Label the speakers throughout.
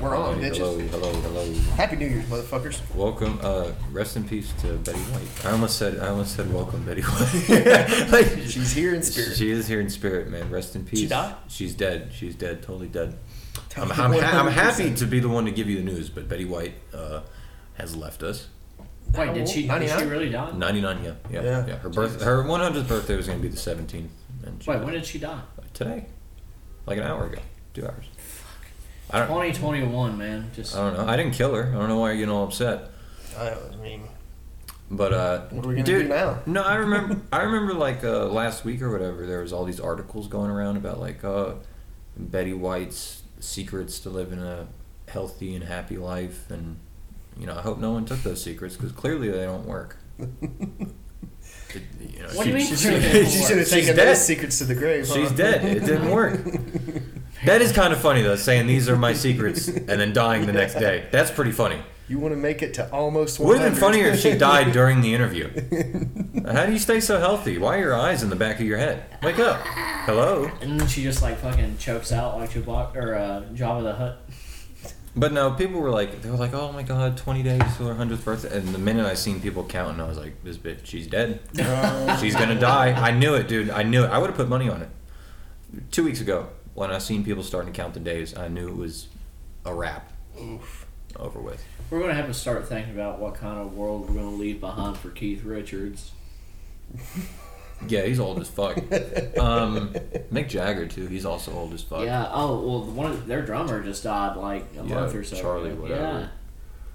Speaker 1: We're on,
Speaker 2: Hey, Hello,
Speaker 1: bitches.
Speaker 2: hello, hello.
Speaker 1: Happy New Year's, motherfuckers.
Speaker 2: Welcome. Uh, rest in peace to Betty White. I almost said I almost said welcome Betty White. Like,
Speaker 1: She's here in spirit.
Speaker 2: She is here in spirit, man. Rest in peace.
Speaker 1: died?
Speaker 2: She's dead. She's dead. Totally dead. I'm,
Speaker 1: Totally
Speaker 2: I'm, ha- I'm happy
Speaker 1: 100%.
Speaker 2: to be the one to give you the news, but Betty White uh, has left us.
Speaker 3: Wait, did she? Did she
Speaker 1: 99?
Speaker 3: really die?
Speaker 2: 99. Yeah, yeah,
Speaker 1: Yeah.
Speaker 2: yeah. Her birth, her 100th birthday was gonna be the 17th. And she
Speaker 3: Wait,
Speaker 2: died.
Speaker 3: when did she die?
Speaker 2: today, like an hour ago, two hours. I don't.
Speaker 3: 2021, man. Just
Speaker 2: I don't know. I didn't kill her. I don't know why you're getting all upset.
Speaker 1: I mean,
Speaker 2: But uh,
Speaker 1: What are we gonna
Speaker 2: dude,
Speaker 1: do now?
Speaker 2: No, I remember. I remember like uh, last week or whatever. There was all these articles going around about like uh, Betty White's secrets to living a healthy and happy life, and you know, I hope no one took those secrets because clearly they don't work. It- you know,
Speaker 3: What do you
Speaker 2: she-
Speaker 1: she
Speaker 3: mean? She's
Speaker 1: should
Speaker 3: dead.
Speaker 1: have
Speaker 2: She's
Speaker 1: taken
Speaker 2: dead.
Speaker 1: those secrets to the grave. huh?
Speaker 2: She's dead. It didn't work. That is kind of funny though, saying these are my secrets and then dying the next day. That's pretty funny.
Speaker 1: You want to make it to almost
Speaker 2: Would have
Speaker 1: 100.
Speaker 2: been funnier if she died during the interview. How do you stay so healthy? Why are your eyes in the back of your head? Wake up. Hello.
Speaker 3: and then she just like fucking chokes out like Chewbacca or uh, Jabba the Hutt.
Speaker 2: But no, people were like, they were like, oh my god, 20 days till her 100th birthday. And the minute I seen people counting, I was like, this bitch, she's dead. She's gonna die. I knew it, dude. I knew it. I would have put money on it. Two weeks ago, when I seen people starting to count the days, I knew it was a wrap. Over with.
Speaker 3: We're gonna have to start thinking about what kind of world we're gonna leave behind for Keith Richards.
Speaker 2: Yeah, he's old as fuck. um, Mick Jagger too. He's also old as fuck.
Speaker 3: Yeah. Oh well, the one of their drummer just died like a
Speaker 2: Yeah,
Speaker 3: month or so.
Speaker 2: Charlie,
Speaker 3: ago.
Speaker 2: whatever.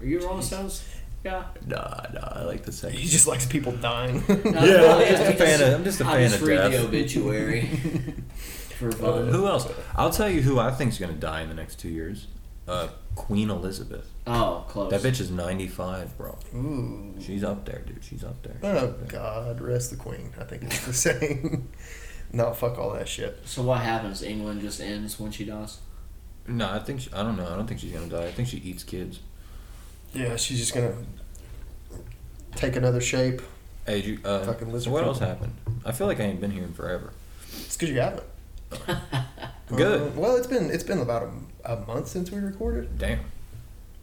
Speaker 3: Yeah. Are you Rolling Stones? Yeah.
Speaker 2: Nah, nah. I like the second.
Speaker 1: He just likes people dying.
Speaker 3: No,
Speaker 2: Yeah,
Speaker 3: well,
Speaker 2: I'm just
Speaker 3: yeah,
Speaker 2: a fan of- I'm just a
Speaker 3: I
Speaker 2: fan
Speaker 3: just
Speaker 2: of
Speaker 3: read
Speaker 2: death.
Speaker 3: the obituary for
Speaker 2: Uh,
Speaker 3: fun.
Speaker 2: who else? I'll tell you who I think's gonna die in the next two years. Uh, Queen Elizabeth.
Speaker 3: Oh, close.
Speaker 2: That bitch is 95, bro.
Speaker 1: Ooh.
Speaker 2: She's up there, dude. She's up there. She's
Speaker 1: Oh,
Speaker 2: up there.
Speaker 1: God, rest the queen. I think it's the same. no, fuck all that shit.
Speaker 3: So what happens? England just ends when she dies.
Speaker 2: No, I think she, I don't know. I don't think she's gonna die. I think she eats kids.
Speaker 1: Yeah, she's just going to take another shape.
Speaker 2: Hey, did you, uh,
Speaker 1: Fucking lizard
Speaker 2: what
Speaker 1: people.
Speaker 2: else happened? I feel like I ain't been here in forever.
Speaker 1: It's because you haven't.
Speaker 2: Good.
Speaker 1: Uh, well, it's been it's been about a, a month since we recorded.
Speaker 2: Damn.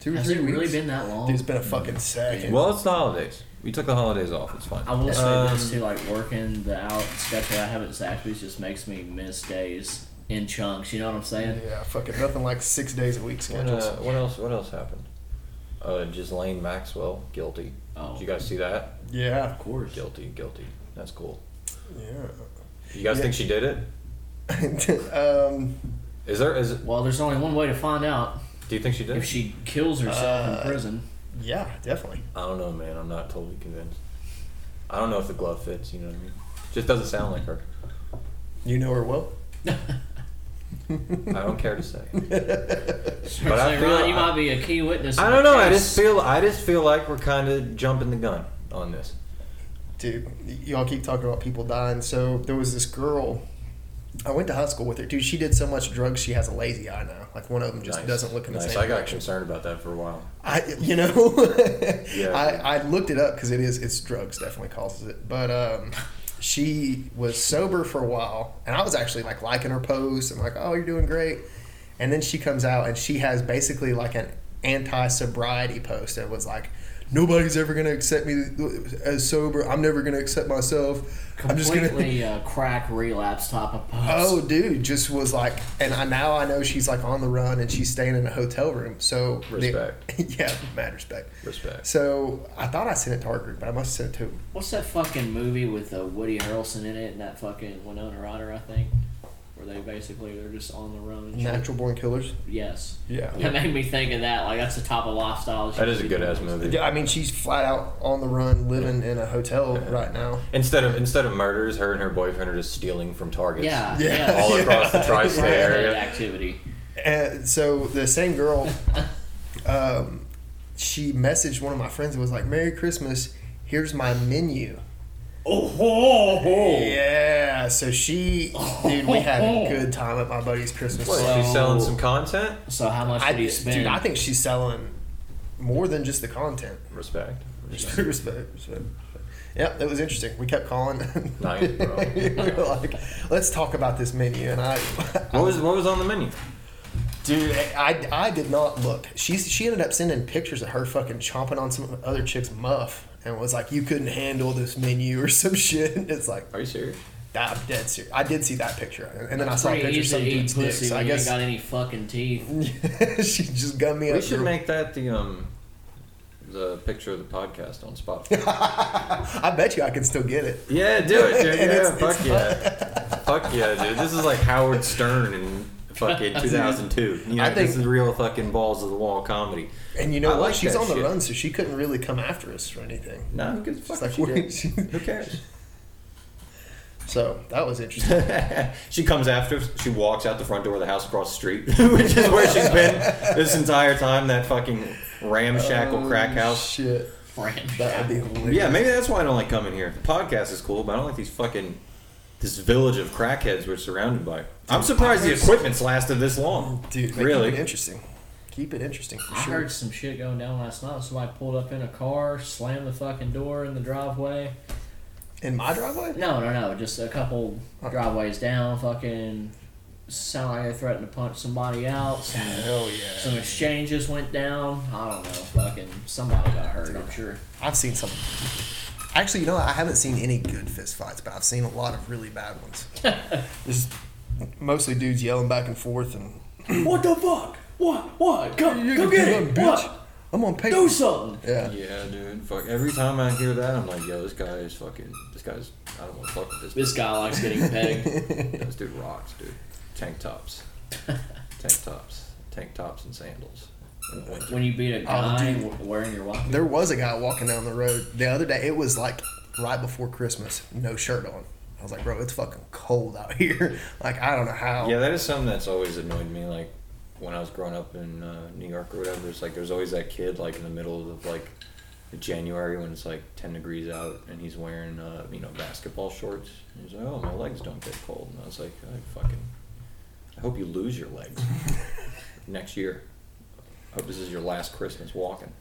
Speaker 1: Two or
Speaker 3: Has
Speaker 1: three
Speaker 3: it
Speaker 1: weeks.
Speaker 3: really been that long?
Speaker 1: Dude, it's been a fucking second.
Speaker 2: Well, it's the holidays. We took the holidays off. It's fine.
Speaker 3: I will say
Speaker 2: Um,
Speaker 3: this too, like working the out schedule I have at Zaxby's just makes me miss days in chunks. You know what I'm saying?
Speaker 1: Yeah, fucking nothing like six days a week
Speaker 2: What,
Speaker 1: schedules.
Speaker 2: uh, what else? What else happened? Uh, Ghislaine Maxwell guilty.
Speaker 3: Oh,
Speaker 2: Did you guys see that?
Speaker 1: yeah,
Speaker 3: of course.
Speaker 2: Guilty, guilty. That's cool.
Speaker 1: yeah.
Speaker 2: You guys
Speaker 1: Yeah.
Speaker 2: think she did it?
Speaker 1: um,
Speaker 2: Is there? Is
Speaker 3: Well, there's only one way to find out
Speaker 2: do you think she did?
Speaker 3: if she kills herself
Speaker 1: Uh,
Speaker 3: in prison.
Speaker 1: yeah, definitely.
Speaker 2: I don't know, man. I'm not totally convinced. I don't know if the glove fits. You know what I mean? Just doesn't sound like her.
Speaker 1: You know her well.
Speaker 2: I don't care to say.
Speaker 3: But
Speaker 2: I feel-
Speaker 3: Ron, you might be a key witness.
Speaker 2: I
Speaker 3: in
Speaker 2: don't
Speaker 3: the
Speaker 2: know. I
Speaker 3: case.
Speaker 2: just feel. I just feel like we're kind of jumping the gun on this.
Speaker 1: Dude, y- y'all keep talking about people dying. So there was this girl. I went to high school with her. Dude, she did so much drugs. She has a lazy eye now. Like one of them just
Speaker 2: Nice.
Speaker 1: doesn't look in the
Speaker 2: nice.
Speaker 1: same.
Speaker 2: I got
Speaker 1: direction.
Speaker 2: concerned about that for a while.
Speaker 1: I, you know,
Speaker 2: Yeah.
Speaker 1: I, I looked it up because it is, it's drugs definitely causes it. But um, she was sober for a while, and I was actually like liking her posts and like, oh, you're doing great. And then she comes out and she has basically like an anti sobriety post that was like, nobody's ever going to accept me as sober. I'm never going to accept myself. I'm just going to.
Speaker 3: completely uh, crack relapse type of post.
Speaker 1: Oh, dude, just was like, and I now I know she's like on the run and she's staying in a hotel room. So the-
Speaker 2: Respect.
Speaker 1: yeah, mad respect.
Speaker 2: Respect.
Speaker 1: So I thought I sent it to our group, but I must have sent it to him.
Speaker 3: What's that fucking movie with uh, Woody Harrelson in it and that fucking Winona Ryder? I think. Where they basically they're just on the run. And shit?
Speaker 1: Natural Born Killers.
Speaker 3: Yes.
Speaker 1: Yeah.
Speaker 3: That made me think of that. Like that's the type of lifestyle.
Speaker 2: That is a good ass movie.
Speaker 1: I mean, she's flat out on the run, living in a hotel
Speaker 2: Yeah.
Speaker 1: right now.
Speaker 2: Instead of instead of murders, her and her boyfriend are just stealing from targets.
Speaker 3: Yeah.
Speaker 1: Yeah.
Speaker 3: Yeah.
Speaker 2: All across the tri-state
Speaker 3: Related
Speaker 2: area.
Speaker 3: activity.
Speaker 1: And so the same girl, um, she messaged one of my friends and was like, "Merry Christmas. Here's my menu."
Speaker 3: Oh, ho,
Speaker 2: Oh.
Speaker 3: ho.
Speaker 1: Yeah. So she, dude, we had a good time at my buddy's Christmas.
Speaker 2: What?
Speaker 3: So-
Speaker 2: she's selling some content.
Speaker 3: So how much
Speaker 1: I,
Speaker 3: did he spend?
Speaker 1: dude, I think she's selling more than just the content.
Speaker 2: Respect.
Speaker 1: Respect, respect, respect. Yeah, it was interesting. We kept calling.
Speaker 2: Nice, bro.
Speaker 1: we were like, let's talk about this menu. And I,
Speaker 2: What was what was on the menu?
Speaker 1: Dude, I, I did not look. She she ended up sending pictures of her fucking chomping on some other chick's muff and was like, "You couldn't handle this menu" or some shit. It's like,
Speaker 2: Are you serious?
Speaker 1: I'm dead serious. I did see that picture, and then I saw a picture
Speaker 3: Pretty
Speaker 1: of
Speaker 3: easy
Speaker 1: some
Speaker 3: to eat
Speaker 1: dude's dick.
Speaker 3: pussy
Speaker 1: So
Speaker 3: when
Speaker 1: I
Speaker 3: you ain't
Speaker 1: guess
Speaker 3: got any fucking teeth.
Speaker 1: she just gummed me
Speaker 2: We
Speaker 1: up.
Speaker 2: should
Speaker 1: real-
Speaker 2: make that the um the picture of the podcast on Spotify.
Speaker 1: I bet you I can still get it.
Speaker 2: yeah, do it, dude.
Speaker 1: And
Speaker 2: Yeah,
Speaker 1: it's-
Speaker 2: fuck yeah, fuck yeah, dude. This is like Howard Stern in fucking 2002. You know,
Speaker 1: I think-
Speaker 2: this is real fucking balls of the wall comedy.
Speaker 1: And you know
Speaker 2: I
Speaker 1: what?
Speaker 2: like
Speaker 1: She's
Speaker 2: that
Speaker 1: on the
Speaker 2: shit.
Speaker 1: run, so she couldn't really come after us or anything.
Speaker 2: No, who gives a
Speaker 1: It's
Speaker 2: fuck?
Speaker 1: like
Speaker 2: if she
Speaker 1: we're-
Speaker 2: did? Who cares?
Speaker 1: So that was interesting.
Speaker 2: she comes after us. She walks out the front door of the house across the street, which is where she's been this entire time. That fucking ramshackle
Speaker 1: Oh,
Speaker 2: crack house.
Speaker 1: Shit,
Speaker 3: Ranch.
Speaker 1: that would be hilarious.
Speaker 2: Yeah, maybe that's why I don't like coming here. The podcast is cool, but I don't like these fucking this village of crackheads we're surrounded by. I'm surprised the equipment's lasted this long.
Speaker 1: dude, man,
Speaker 2: really?
Speaker 1: Keep it interesting. Keep it interesting for
Speaker 3: I
Speaker 1: sure.
Speaker 3: heard some shit going down last night. Somebody pulled up in a car, slammed the fucking door in the driveway.
Speaker 1: In my driveway?
Speaker 3: No, no, no. Just a couple driveways down. Fucking sound like they threatened to punch somebody out. Some,
Speaker 1: Hell yeah.
Speaker 3: some exchanges went down. I don't know. Fucking somebody got hurt. I'm sure.
Speaker 1: I've seen some. Actually, you know, I haven't seen any good fist fights, but I've seen a lot of really bad ones. Just mostly dudes yelling back and forth and
Speaker 3: What the fuck? What? What? Come,
Speaker 1: You can
Speaker 3: go get
Speaker 1: do
Speaker 3: it.
Speaker 1: that, bitch.
Speaker 3: What?
Speaker 1: I'm on paper.
Speaker 3: Do something.
Speaker 1: Yeah.
Speaker 2: Yeah, dude. Fuck. Every time I hear that, I'm like, yo, this guy is fucking. This guy's. I don't want to fuck with this.
Speaker 3: This guy likes getting pegged.
Speaker 2: Yeah, This dude rocks, dude. Tank tops. Tank tops. Tank tops and sandals. In the winter.
Speaker 3: when you beat a
Speaker 1: Oh,
Speaker 3: guy
Speaker 1: dude.
Speaker 3: wearing your walking.
Speaker 1: There was a guy walking down the road the other day. It was like right before Christmas, no shirt on. I was like, bro, it's fucking cold out here. Like, I don't know how.
Speaker 2: Yeah, that is something that's always annoyed me. Like when I was growing up in uh, New York or whatever, it's like there's always that kid like in the middle of like January when it's like 10 degrees out and he's wearing uh, you know basketball shorts. And he's like, oh, my legs don't get cold. And I was like, I fucking, I hope you lose your legs next year. I hope this is your last Christmas walking.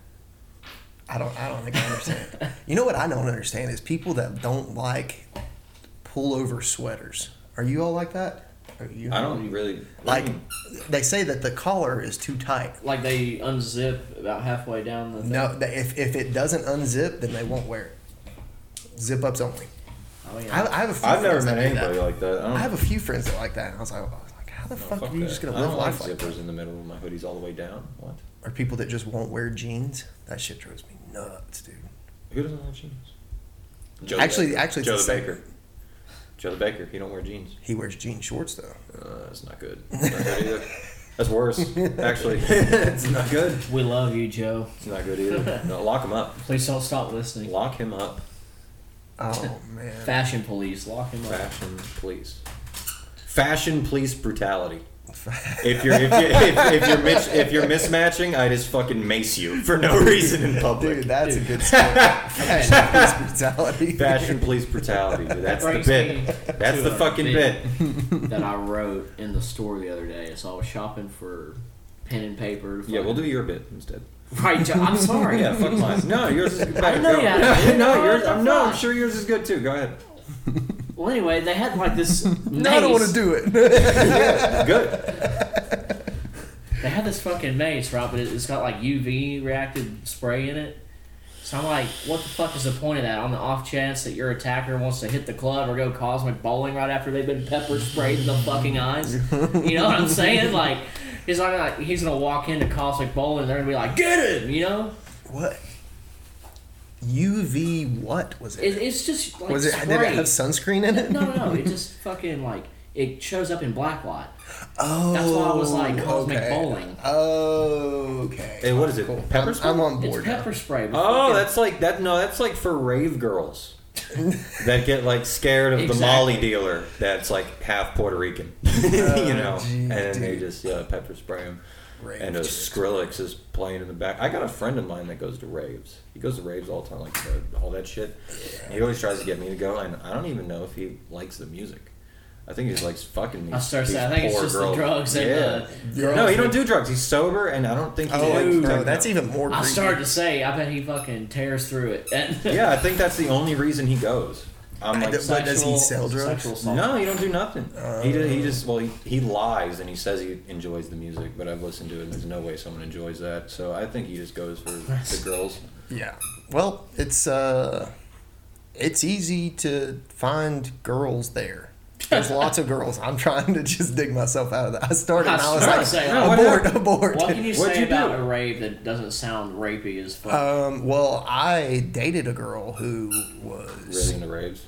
Speaker 1: I don't. I don't think I understand. you know what I don't understand is people that don't like pullover sweaters. Are you all like that? Are you?
Speaker 2: I don't really
Speaker 1: Mm-hmm. like. They say that the collar is too tight.
Speaker 3: Like they unzip about halfway down the. Thing.
Speaker 1: No, that if, if it doesn't unzip, then they won't wear it. Zip ups only.
Speaker 3: Oh, yeah.
Speaker 1: I, I have a few
Speaker 2: I've never
Speaker 1: friends
Speaker 2: met
Speaker 1: that do that.
Speaker 2: anybody like that. I don't
Speaker 1: I have a few friends that like that, and I was like, I was like how the
Speaker 2: no,
Speaker 1: fuck, are you
Speaker 2: Oh. that.
Speaker 1: just gonna
Speaker 2: I
Speaker 1: live
Speaker 2: don't
Speaker 1: life like
Speaker 2: like
Speaker 1: that?
Speaker 2: zippers in the middle of my hoodies all the way down. What?
Speaker 1: Or people that just won't wear jeans. That shit drives me nuts, dude.
Speaker 2: Who doesn't like jeans? Joe
Speaker 1: Actually-
Speaker 2: the Baker.
Speaker 1: actually, it's
Speaker 2: Joe
Speaker 1: the
Speaker 2: the
Speaker 1: same.
Speaker 2: Baker. Joe the Baker. He don't wear jeans.
Speaker 1: He wears jean shorts though.
Speaker 2: Uh, that's not good. Not good either. That's worse. Actually, it's not good.
Speaker 3: We love you, Joe.
Speaker 2: It's not good either. No, lock him up.
Speaker 3: Please don't stop listening.
Speaker 2: Lock him up.
Speaker 1: Oh man.
Speaker 3: Fashion police, lock him up.
Speaker 2: Fashion police. Fashion police brutality. If you're if you're, if, if you're mis- if you're mismatching, I just fucking mace you for no reason in public.
Speaker 1: Dude, that's a good story. Fashion police brutality.
Speaker 2: Fashion police brutality. Dude. That's the
Speaker 3: brings
Speaker 2: bit.
Speaker 3: me
Speaker 2: That's
Speaker 3: to
Speaker 2: the
Speaker 3: a
Speaker 2: fucking bit.
Speaker 3: bit that I wrote in the store the other day. So I was shopping for pen and paper. to
Speaker 2: Yeah,
Speaker 3: fucking-
Speaker 2: we'll do your bit instead.
Speaker 3: Right, Joe. I'm sorry.
Speaker 2: Yeah, fuck mine. No, yours is better.
Speaker 3: know
Speaker 2: Go.
Speaker 3: you
Speaker 2: no,
Speaker 3: had it.
Speaker 2: no, yours.
Speaker 3: What the
Speaker 2: I'm, no, I'm
Speaker 3: fuck?
Speaker 2: sure yours is good too. Go ahead.
Speaker 3: Well, anyway, they had like this.
Speaker 1: No, I don't want to do it.
Speaker 2: Good.
Speaker 3: They had this fucking mace, right? But it- it's got like UV reacted spray in it. So I'm like, what the fuck is the point of that? On the off chance that your attacker wants to hit the club or go cosmic bowling right after they've been pepper sprayed in the fucking eyes, you know what I'm saying? Like, he's not gonna, like he's gonna walk into cosmic bowling and they're gonna be like, get him, you know?
Speaker 1: what? UV what was
Speaker 3: It,
Speaker 1: it?
Speaker 3: it's just like
Speaker 1: was it
Speaker 3: spray.
Speaker 1: did it have sunscreen in it?
Speaker 3: no, no, no. It just fucking like it shows up in black light.
Speaker 1: Oh,
Speaker 3: That's why I was like, cosmic
Speaker 1: okay.
Speaker 3: bowling.
Speaker 1: Okay.
Speaker 2: Hey, what is it? Pepper
Speaker 1: I'm,
Speaker 2: spray?
Speaker 1: I'm on
Speaker 3: It's
Speaker 1: board. now.
Speaker 3: pepper spray. but
Speaker 2: Oh,
Speaker 3: fucking-
Speaker 2: that's like that. No, that's like for rave girls that get like scared of the Molly
Speaker 3: Exactly.
Speaker 2: dealer that's like half Puerto Rican, you know,
Speaker 1: geez,
Speaker 2: and then they
Speaker 1: Oh, dude.
Speaker 2: just yeah, pepper spray him.
Speaker 1: Rave
Speaker 2: and uh,
Speaker 1: chicks.
Speaker 2: Skrillex is playing in the back. I got a friend of mine that goes to raves. He goes to raves all the time, like uh, all that shit. He always tries to get me to go, and I don't even know if he likes the music. I think he just likes fucking these,
Speaker 3: I started
Speaker 2: these
Speaker 3: saying, I think it's
Speaker 2: poor
Speaker 3: just the
Speaker 2: girls.
Speaker 3: drugs and
Speaker 2: yeah.
Speaker 3: the
Speaker 2: No,
Speaker 3: girls
Speaker 2: he don't
Speaker 3: that-
Speaker 2: do drugs. He's sober, and I don't think he
Speaker 1: Oh,
Speaker 2: likes
Speaker 1: wait, bro,
Speaker 2: techno.
Speaker 1: that's even more.
Speaker 3: I
Speaker 1: creepy.
Speaker 3: started to say, I bet he fucking tears through it.
Speaker 2: yeah, I think that's the only reason he goes. I'm like,
Speaker 1: But does he sell drugs?
Speaker 3: Sexual assault.
Speaker 2: no, he don't do nothing. he, just,
Speaker 1: Uh.
Speaker 2: he just well, he, he lies and he says he enjoys the music, but I've listened to it and there's no way someone enjoys that. So I think he just goes for the girls.
Speaker 1: Yeah. Well, it's uh, it's easy to find girls there. There's lots of girls. I'm trying to just dig myself out of that. I started and I was
Speaker 3: I
Speaker 1: like,
Speaker 3: was trying to say,
Speaker 2: what
Speaker 1: abort,
Speaker 2: happened?
Speaker 1: abort.
Speaker 3: What can you
Speaker 2: What'd
Speaker 3: say
Speaker 2: you do?
Speaker 3: about a rave that doesn't sound rapey as fuck?
Speaker 1: Um, well, I dated a girl who
Speaker 2: Really
Speaker 1: was
Speaker 2: into raves.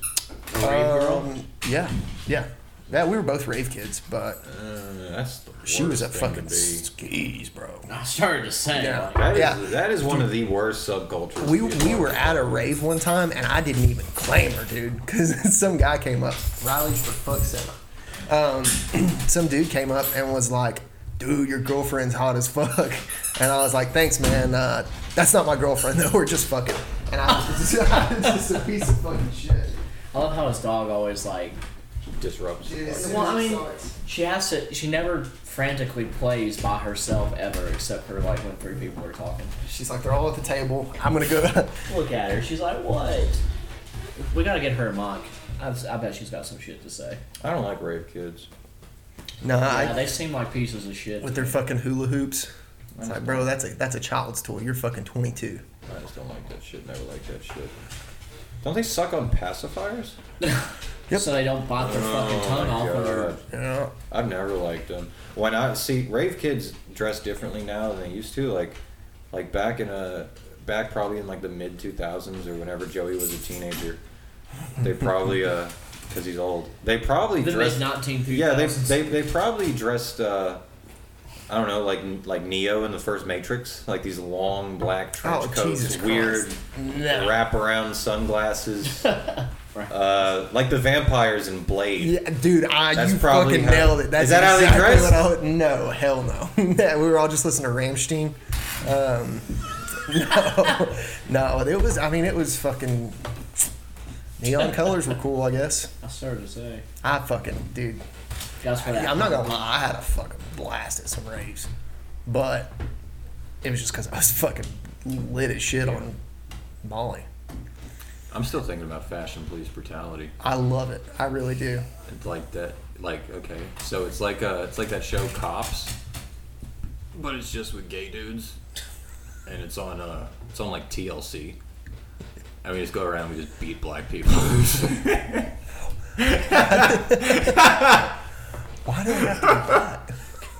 Speaker 3: A rave girl?
Speaker 1: um, yeah, yeah, yeah. We were both rave kids, but
Speaker 2: Uh, that's the worst
Speaker 1: she was a
Speaker 2: thing to
Speaker 1: fucking
Speaker 2: be.
Speaker 1: skis, bro.
Speaker 3: I started to say.
Speaker 1: Yeah.
Speaker 3: like,
Speaker 2: That is,
Speaker 1: Yeah.
Speaker 2: that is one of the worst subcultures.
Speaker 1: We,
Speaker 2: to be a
Speaker 1: we
Speaker 2: part
Speaker 1: were
Speaker 2: of.
Speaker 1: at a rave one time and I didn't even claim her, dude, because some guy came up. Riley, for fuck's sake. Um, some dude came up and was like, dude, your girlfriend's hot as fuck. And I was like, thanks, man. Uh, that's not my girlfriend, though. We're just fucking. And I was just, I was just a piece of fucking shit.
Speaker 3: I love how his dog always like.
Speaker 2: disrupts.
Speaker 1: Just-
Speaker 3: Well, I mean,
Speaker 1: sucks.
Speaker 3: she has to. She never frantically plays by herself ever, except for like when three people are talking.
Speaker 1: She's like, they're all at the table. I'm going to go.
Speaker 3: Look at her. She's like, what? We gotta get her a mic. I, was- I bet she's got some shit to say.
Speaker 2: I don't like rave kids.
Speaker 1: nah,
Speaker 3: Yeah,
Speaker 1: I,
Speaker 3: they seem like pieces of shit.
Speaker 1: with their fucking hula hoops. It's like, bro, that's a, that's a child's toy. You're fucking 22.
Speaker 2: I just don't like that shit. Never like that shit. Don't they suck on pacifiers?
Speaker 1: Yep.
Speaker 3: So they don't bite their fucking
Speaker 2: Oh
Speaker 3: tongue off when they're.
Speaker 1: Yeah.
Speaker 2: I've never liked them. When I see rave kids dress differently now than they used to, like, like back in a back probably in like the mid two thousands or whenever Joey was a teenager, they probably uh, because he's old, they probably
Speaker 3: The mid
Speaker 2: dressed.
Speaker 3: 19
Speaker 2: Yeah, they, they they probably dressed. Uh, I don't know, like like Neo in the first Matrix, like these long black trench
Speaker 1: Oh,
Speaker 2: coats,
Speaker 1: Jesus
Speaker 2: weird
Speaker 1: Christ. No.
Speaker 2: wraparound sunglasses, uh, like the vampires in Blade.
Speaker 1: Yeah, dude, I,
Speaker 2: That's
Speaker 1: you
Speaker 2: probably
Speaker 1: fucking
Speaker 2: how-
Speaker 1: nailed it. That's
Speaker 2: Is that how they
Speaker 1: exactly
Speaker 2: dress?
Speaker 1: what I would- no, hell no. Yeah, we were all just listening to Ramstein. Um, no, no, it was. I mean, it was fucking. Neon colors were cool, I guess.
Speaker 3: I started to say.
Speaker 1: I fucking dude.
Speaker 3: That's what
Speaker 1: I'm not gonna lie, I had a fucking blast at some raves, but it was just because I was fucking lit as shit on Molly.
Speaker 2: I'm still thinking about fashion police brutality.
Speaker 1: I love it. I really do.
Speaker 2: It's like that, like okay, so it's like uh, it's like that show Cops, but it's just with gay dudes, and it's on uh, it's on like TLC, and we just go around and we just beat black people.
Speaker 1: Why do I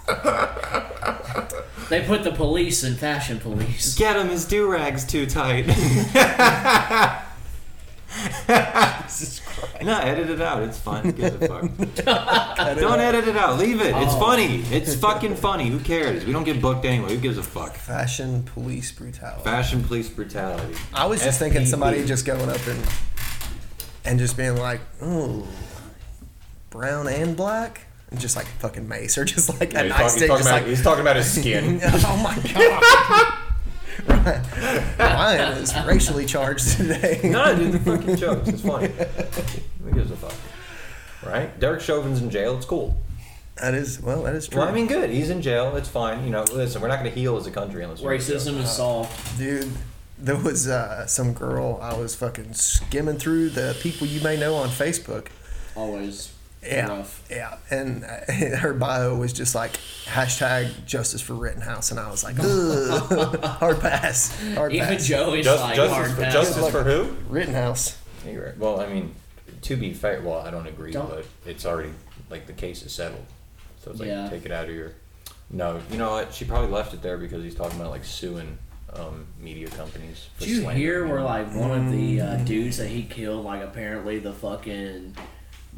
Speaker 1: have to?
Speaker 3: They put the police in fashion police.
Speaker 2: Get him, his do rag's too tight.
Speaker 1: Jesus Christ.
Speaker 2: no, edit it out. It's fine. Give a fuck.
Speaker 1: Cut it
Speaker 2: Don't
Speaker 1: out.
Speaker 2: edit it out. Leave it. It's
Speaker 3: Oh.
Speaker 2: funny. It's fucking funny. Who cares? We don't get booked anyway. Who gives a fuck?
Speaker 1: Fashion police brutality.
Speaker 2: Fashion police brutality.
Speaker 1: I was just thinking somebody
Speaker 2: FPB.
Speaker 1: just going up and and just being like, "Ooh, brown and black," and just like fucking mace or just like a nightstick, just like,
Speaker 2: talking about his skin.
Speaker 1: "Oh my god." Ryan, Ryan is racially charged today.
Speaker 2: no, dude, the fucking jokes. It's funny. Who gives a fuck? Right? Derek Chauvin's in jail. It's cool.
Speaker 1: That is well, that is true,
Speaker 2: Well, I mean, good. He's in jail. It's fine. You know, listen, we're not going to heal as a country unless we're in jail.
Speaker 3: Racism is solved.
Speaker 1: dude. There was uh, some girl I was fucking skimming through the people you may know on Facebook,
Speaker 3: Always.
Speaker 1: Yeah,
Speaker 3: Enough.
Speaker 1: yeah, and uh, her bio was just like hashtag justice for Rittenhouse, and I was like, Ugh, hard pass, hard
Speaker 3: Even
Speaker 1: pass.
Speaker 3: Joe is
Speaker 2: Just-
Speaker 3: like
Speaker 2: justice,
Speaker 3: hard
Speaker 2: for,
Speaker 3: pass.
Speaker 2: justice for who?
Speaker 1: Rittenhouse.
Speaker 2: You're right. Well, I mean, to be fair, well, I don't agree,
Speaker 3: Don't-
Speaker 2: but it's already like the case is settled, so it's like
Speaker 3: Yeah.
Speaker 2: take it out of your. No, you know what? She probably left it there because he's talking about like suing um, media companies. For
Speaker 3: Did you
Speaker 2: slander.
Speaker 3: hear where like one of the uh,
Speaker 1: Mm.
Speaker 3: dudes that he killed, like apparently the fucking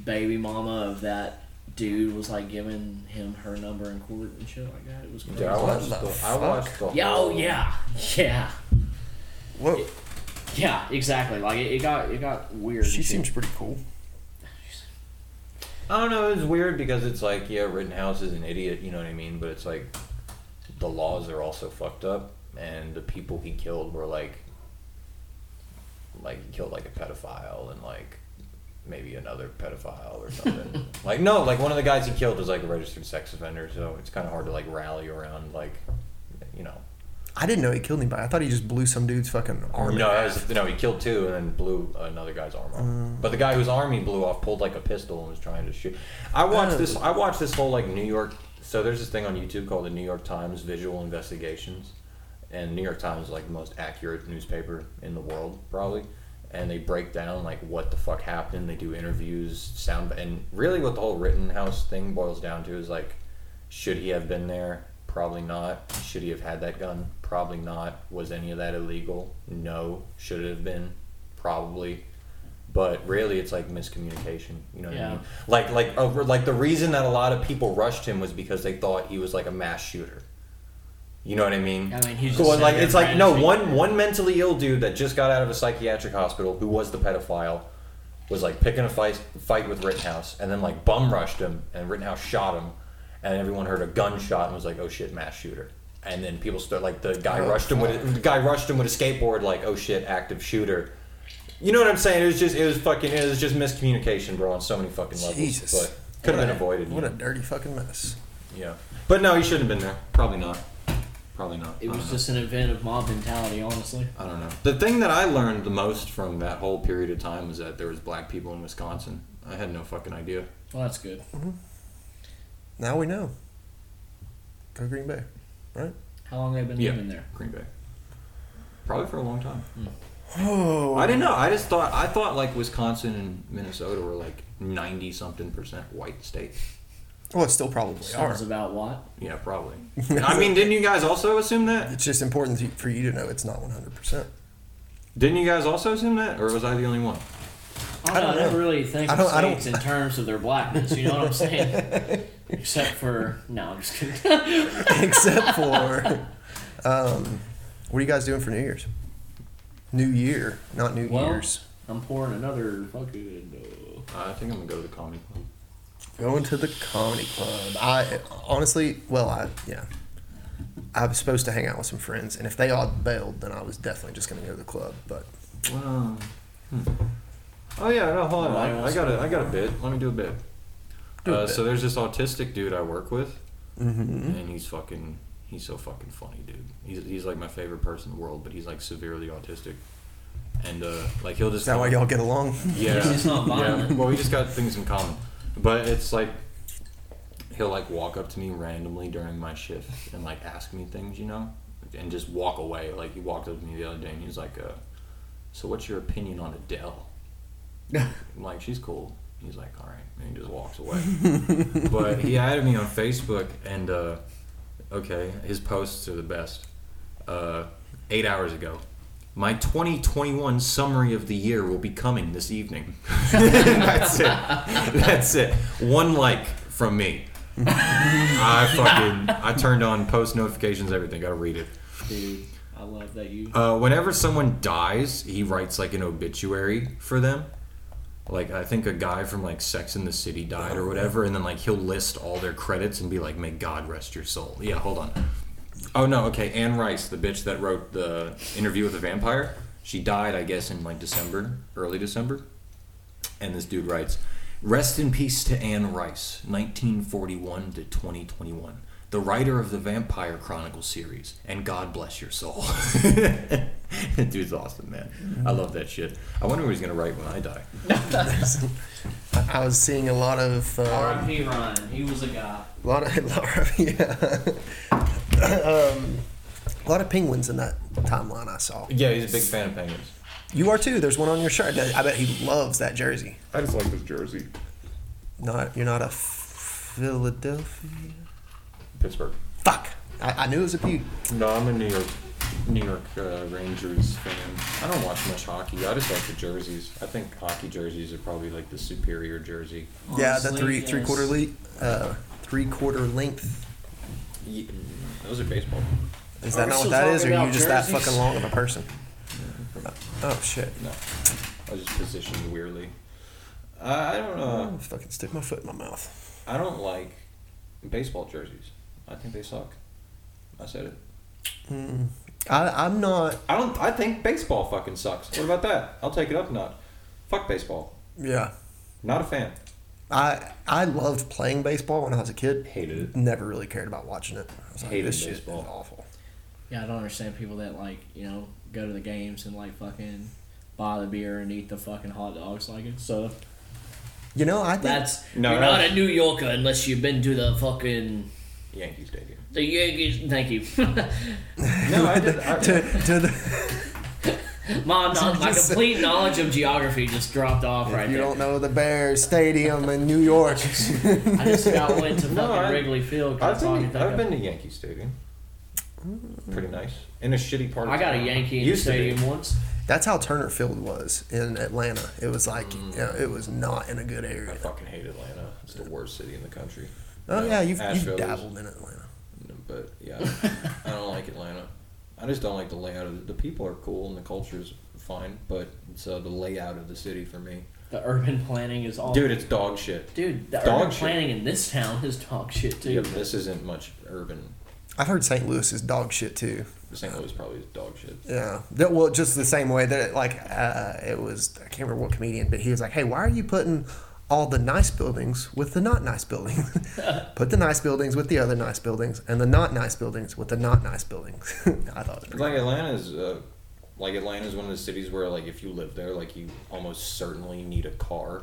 Speaker 3: baby mama of that dude was like giving him her number in court and shit like that? It was crazy.
Speaker 2: Dude, I watched
Speaker 1: What
Speaker 2: the.
Speaker 1: the
Speaker 2: I watched the.
Speaker 3: Yeah, oh
Speaker 2: whole-
Speaker 3: yeah, yeah,
Speaker 1: Whoa,
Speaker 3: yeah, exactly. Like it, it got it got weird.
Speaker 1: she
Speaker 3: and shit.
Speaker 1: seems pretty cool.
Speaker 2: I don't know. It's weird because it's like yeah, Rittenhouse is an idiot. You know what I mean? But it's like the laws are also fucked up, and the people he killed were like, like he killed like a pedophile and like maybe another pedophile or something. like no, like one of the guys he killed was like a registered sex offender, so it's kind of hard to like rally around like, you know.
Speaker 1: I didn't know he killed anybody. I thought he just blew some dude's fucking
Speaker 3: Oh,
Speaker 1: arm. in
Speaker 2: No, that
Speaker 1: half.
Speaker 2: was, no, he killed two and then blew another guy's arm off. but the guy whose arm he blew off pulled like a pistol and was trying to shoot. I watched this. I watched this whole like New York. So there's this thing on YouTube called the New York Times Visual Investigations, and New York Times is like the most accurate newspaper in the world probably. And they break down like what the fuck happened. They do interviews, sound, and really what the whole Rittenhouse thing boils down to is like should he have been there? Probably not. Should he have had that gun? Probably not. Was any of that illegal? No. Should it have been? Probably. But really, it's like miscommunication. You know what I
Speaker 3: Yeah.
Speaker 2: mean? Like, like, over, like the reason that a lot of people rushed him was because they thought he was like a mass shooter. You know what I mean?
Speaker 3: I mean, he's
Speaker 2: So,
Speaker 3: just sitting
Speaker 2: like
Speaker 3: there
Speaker 2: it's like no
Speaker 3: brandishing-
Speaker 2: one one mentally ill dude that just got out of a psychiatric hospital who was the pedophile was like picking a fight fight with Rittenhouse and then like bum rushed him and Rittenhouse shot him and everyone heard a gunshot and was like oh shit mass shooter and then people start like the guy
Speaker 1: Oh,
Speaker 2: rushed him with a, the guy rushed him with a skateboard like oh shit active shooter you know what I'm saying it was just it was fucking it was just miscommunication bro on so many fucking levels
Speaker 1: Jesus.
Speaker 2: but could have
Speaker 1: What
Speaker 2: been
Speaker 1: a-
Speaker 2: avoided
Speaker 1: What
Speaker 2: you
Speaker 1: a dirty fucking mess.
Speaker 2: know? yeah but no he shouldn't have been there probably not probably not I
Speaker 3: It
Speaker 2: don't
Speaker 3: was
Speaker 2: know.
Speaker 3: just an event of mob mentality, honestly.
Speaker 2: I don't know. The thing that I learned the most from that whole period of time was that there was black people in Wisconsin. I had no fucking idea.
Speaker 3: Well, that's good.
Speaker 1: Now we know. Go Green Bay.
Speaker 3: How long have they been
Speaker 2: Yeah.
Speaker 3: living there?
Speaker 2: Green Bay. Probably for a long time.
Speaker 1: Oh,
Speaker 2: I didn't know. I just thought I thought like Wisconsin and Minnesota were like ninety something percent white states.
Speaker 1: Well, it's still probably are.
Speaker 3: Sounds about what?
Speaker 2: Yeah, probably. I mean, didn't you guys also assume that?
Speaker 1: It's just important to- for you to know it's not 100%.
Speaker 2: Didn't you guys also assume that, or was I the only one?
Speaker 3: I don't,
Speaker 1: don't
Speaker 3: I don't
Speaker 1: know.
Speaker 3: really think
Speaker 1: I
Speaker 3: of
Speaker 1: don't- I don't-
Speaker 3: states in terms of their blackness. You know what I'm saying? Except for no, I'm just kidding.
Speaker 1: Except for, um, what are you guys doing for New Year's? New Year, not New
Speaker 3: Well-
Speaker 1: Year's.
Speaker 3: I'm pouring another fucking. Uh,
Speaker 2: I think I'm gonna go to the comedy club.
Speaker 1: Going to the comedy club. I honestly, well, I yeah. I was supposed to hang out with some friends, and if they all bailed, then I was definitely just going to go to the club. But
Speaker 2: Wow. Hmm. Oh yeah, no, hold on.
Speaker 3: Why
Speaker 2: I, I
Speaker 3: else?
Speaker 2: got a, I got a bit. Let me do a bit.
Speaker 1: Do a
Speaker 2: uh,
Speaker 1: bit.
Speaker 2: So there's this autistic dude I work with,
Speaker 1: Mhm.
Speaker 2: and he's fucking, he's so fucking funny, dude. He's, he's like my favorite person in the world, but he's like severely autistic, and uh, like he'll just
Speaker 1: is that why y'all get along?
Speaker 2: yeah.
Speaker 3: It's not violent.
Speaker 2: Yeah. Well, we just got things in common, but it's like he'll like walk up to me randomly during my shift and like ask me things, you know, and just walk away. Like he walked up to me the other day and he was like, uh, "So what's your opinion on Adele?" I'm like, "She's cool." He's like, "All right," and he just walks away. but he added me on Facebook and. uh Okay, his posts are the best. Uh, eight hours ago. My 2021 summary of the year will be coming this evening. That's it. That's it. One like from me. I fucking I turned on post notifications, everything. Gotta read it.
Speaker 3: uh, dude, I love that you.
Speaker 2: Uh, whenever someone dies, he writes like an obituary for them. Like I think a guy from like Sex in the City died or whatever, and then like he'll list all their credits and be like, "May God rest your soul." Yeah, hold on. Oh no, okay. Anne Rice, the bitch that wrote the Interview with the Vampire, she died, I guess, in like December, early December. And this dude writes, Rest in peace to Anne Rice, 1941 to 2021, the writer of the Vampire Chronicle series, and God bless your soul. That Dude's awesome, man. I love that shit. I wonder what he's going to write when I die.
Speaker 1: I was seeing a lot of um,
Speaker 3: R.I.P. Ryan. He was a guy.
Speaker 1: A lot of, lot of- yeah. um, a lot of penguins in that timeline I saw.
Speaker 2: Yeah, he's a big fan of penguins.
Speaker 1: You are too. There's one on your shirt. I bet he loves that jersey.
Speaker 4: I just like this jersey.
Speaker 1: Not you're not a Philadelphia.
Speaker 2: Pittsburgh.
Speaker 1: Fuck. I, I knew it was a P.
Speaker 2: No, I'm a New York, New York uh, Rangers fan. I don't watch much hockey. I just like the jerseys. I think hockey jerseys are probably like the superior jersey.
Speaker 1: Yeah, the
Speaker 3: Honestly,
Speaker 1: three
Speaker 3: yes.
Speaker 1: three quarter le- uh, three quarter length.
Speaker 2: Those are baseball.
Speaker 1: Is
Speaker 3: Are
Speaker 1: that
Speaker 3: we
Speaker 1: not
Speaker 3: still
Speaker 1: what that is, or
Speaker 3: talking
Speaker 1: are you
Speaker 3: about
Speaker 1: just that
Speaker 3: jerseys?
Speaker 1: fucking long of a person? Oh shit!
Speaker 2: No, I was just positioned weirdly. I, I don't know.
Speaker 1: I fucking stick my foot in my mouth.
Speaker 2: I don't like baseball jerseys. I think they suck. I said it.
Speaker 1: Mm. I, I'm not.
Speaker 2: I don't. I think baseball fucking sucks. What about that? I'll take it up a notch. Fuck baseball.
Speaker 1: Yeah.
Speaker 2: Not a fan.
Speaker 1: I I loved playing baseball when I was a kid.
Speaker 2: Hated it.
Speaker 1: Never really cared about watching it. I was like,
Speaker 2: Hated
Speaker 1: this shit is
Speaker 2: baseball.
Speaker 1: awful.
Speaker 3: Yeah, I don't understand people that like you know go to the games and like fucking buy the beer and eat the fucking hot dogs like it's so.
Speaker 1: You know, I think
Speaker 3: That's
Speaker 2: No,
Speaker 3: you're
Speaker 2: that's-
Speaker 3: not a New Yorker unless you've been to the fucking
Speaker 2: Yankees take it.
Speaker 3: the Yankees. Thank you.
Speaker 2: No, I did. I,
Speaker 1: to, to the,
Speaker 3: my no, my
Speaker 1: Just-
Speaker 3: complete knowledge of geography just dropped off right
Speaker 1: you
Speaker 3: there.
Speaker 1: don't know the Bears Stadium in New York.
Speaker 3: I just about went to fucking
Speaker 2: No, I-
Speaker 3: Wrigley Field. 'cause
Speaker 2: I've,
Speaker 3: that's all I
Speaker 2: been,
Speaker 3: could think
Speaker 2: I've
Speaker 3: of.
Speaker 2: been to Yankee Stadium. Pretty nice. In a shitty part of
Speaker 3: I got a
Speaker 2: town.
Speaker 3: Yankee in the
Speaker 2: Used to be.
Speaker 3: stadium once.
Speaker 1: That's how Turner Field was in Atlanta. It was like
Speaker 3: Mm.
Speaker 1: you know, it was not in a good
Speaker 2: I
Speaker 1: area.
Speaker 2: fucking hate Atlanta. It's the worst city in the country.
Speaker 1: Oh yeah, you've,
Speaker 2: Asheville
Speaker 1: you've
Speaker 2: is-
Speaker 1: dabbled in Atlanta.
Speaker 2: But yeah, I don't like Atlanta. I just don't like the layout of the, the people are cool and the culture's fine, but it's uh, the layout of the city for me.
Speaker 3: The urban planning is all
Speaker 2: Dude, it's dog shit.
Speaker 3: Oh. Dude, the
Speaker 2: Dog
Speaker 3: urban
Speaker 2: shit.
Speaker 3: planning in this town is dog shit too.
Speaker 2: Yeah, but this isn't much urban.
Speaker 1: I've heard St. Louis is dog shit too.
Speaker 2: St. Louis probably is dog shit.
Speaker 1: Yeah. That, well, just the same way that, like, uh, it was, I can't remember what comedian, but he was like, hey, why are you putting all the nice buildings with the not nice buildings? Put the nice buildings with the other nice buildings and the not nice buildings with the not nice buildings. I thought it was pretty
Speaker 2: Like Atlanta's, uh, like Atlanta's one of the cities where like if you live there, like you almost certainly need a car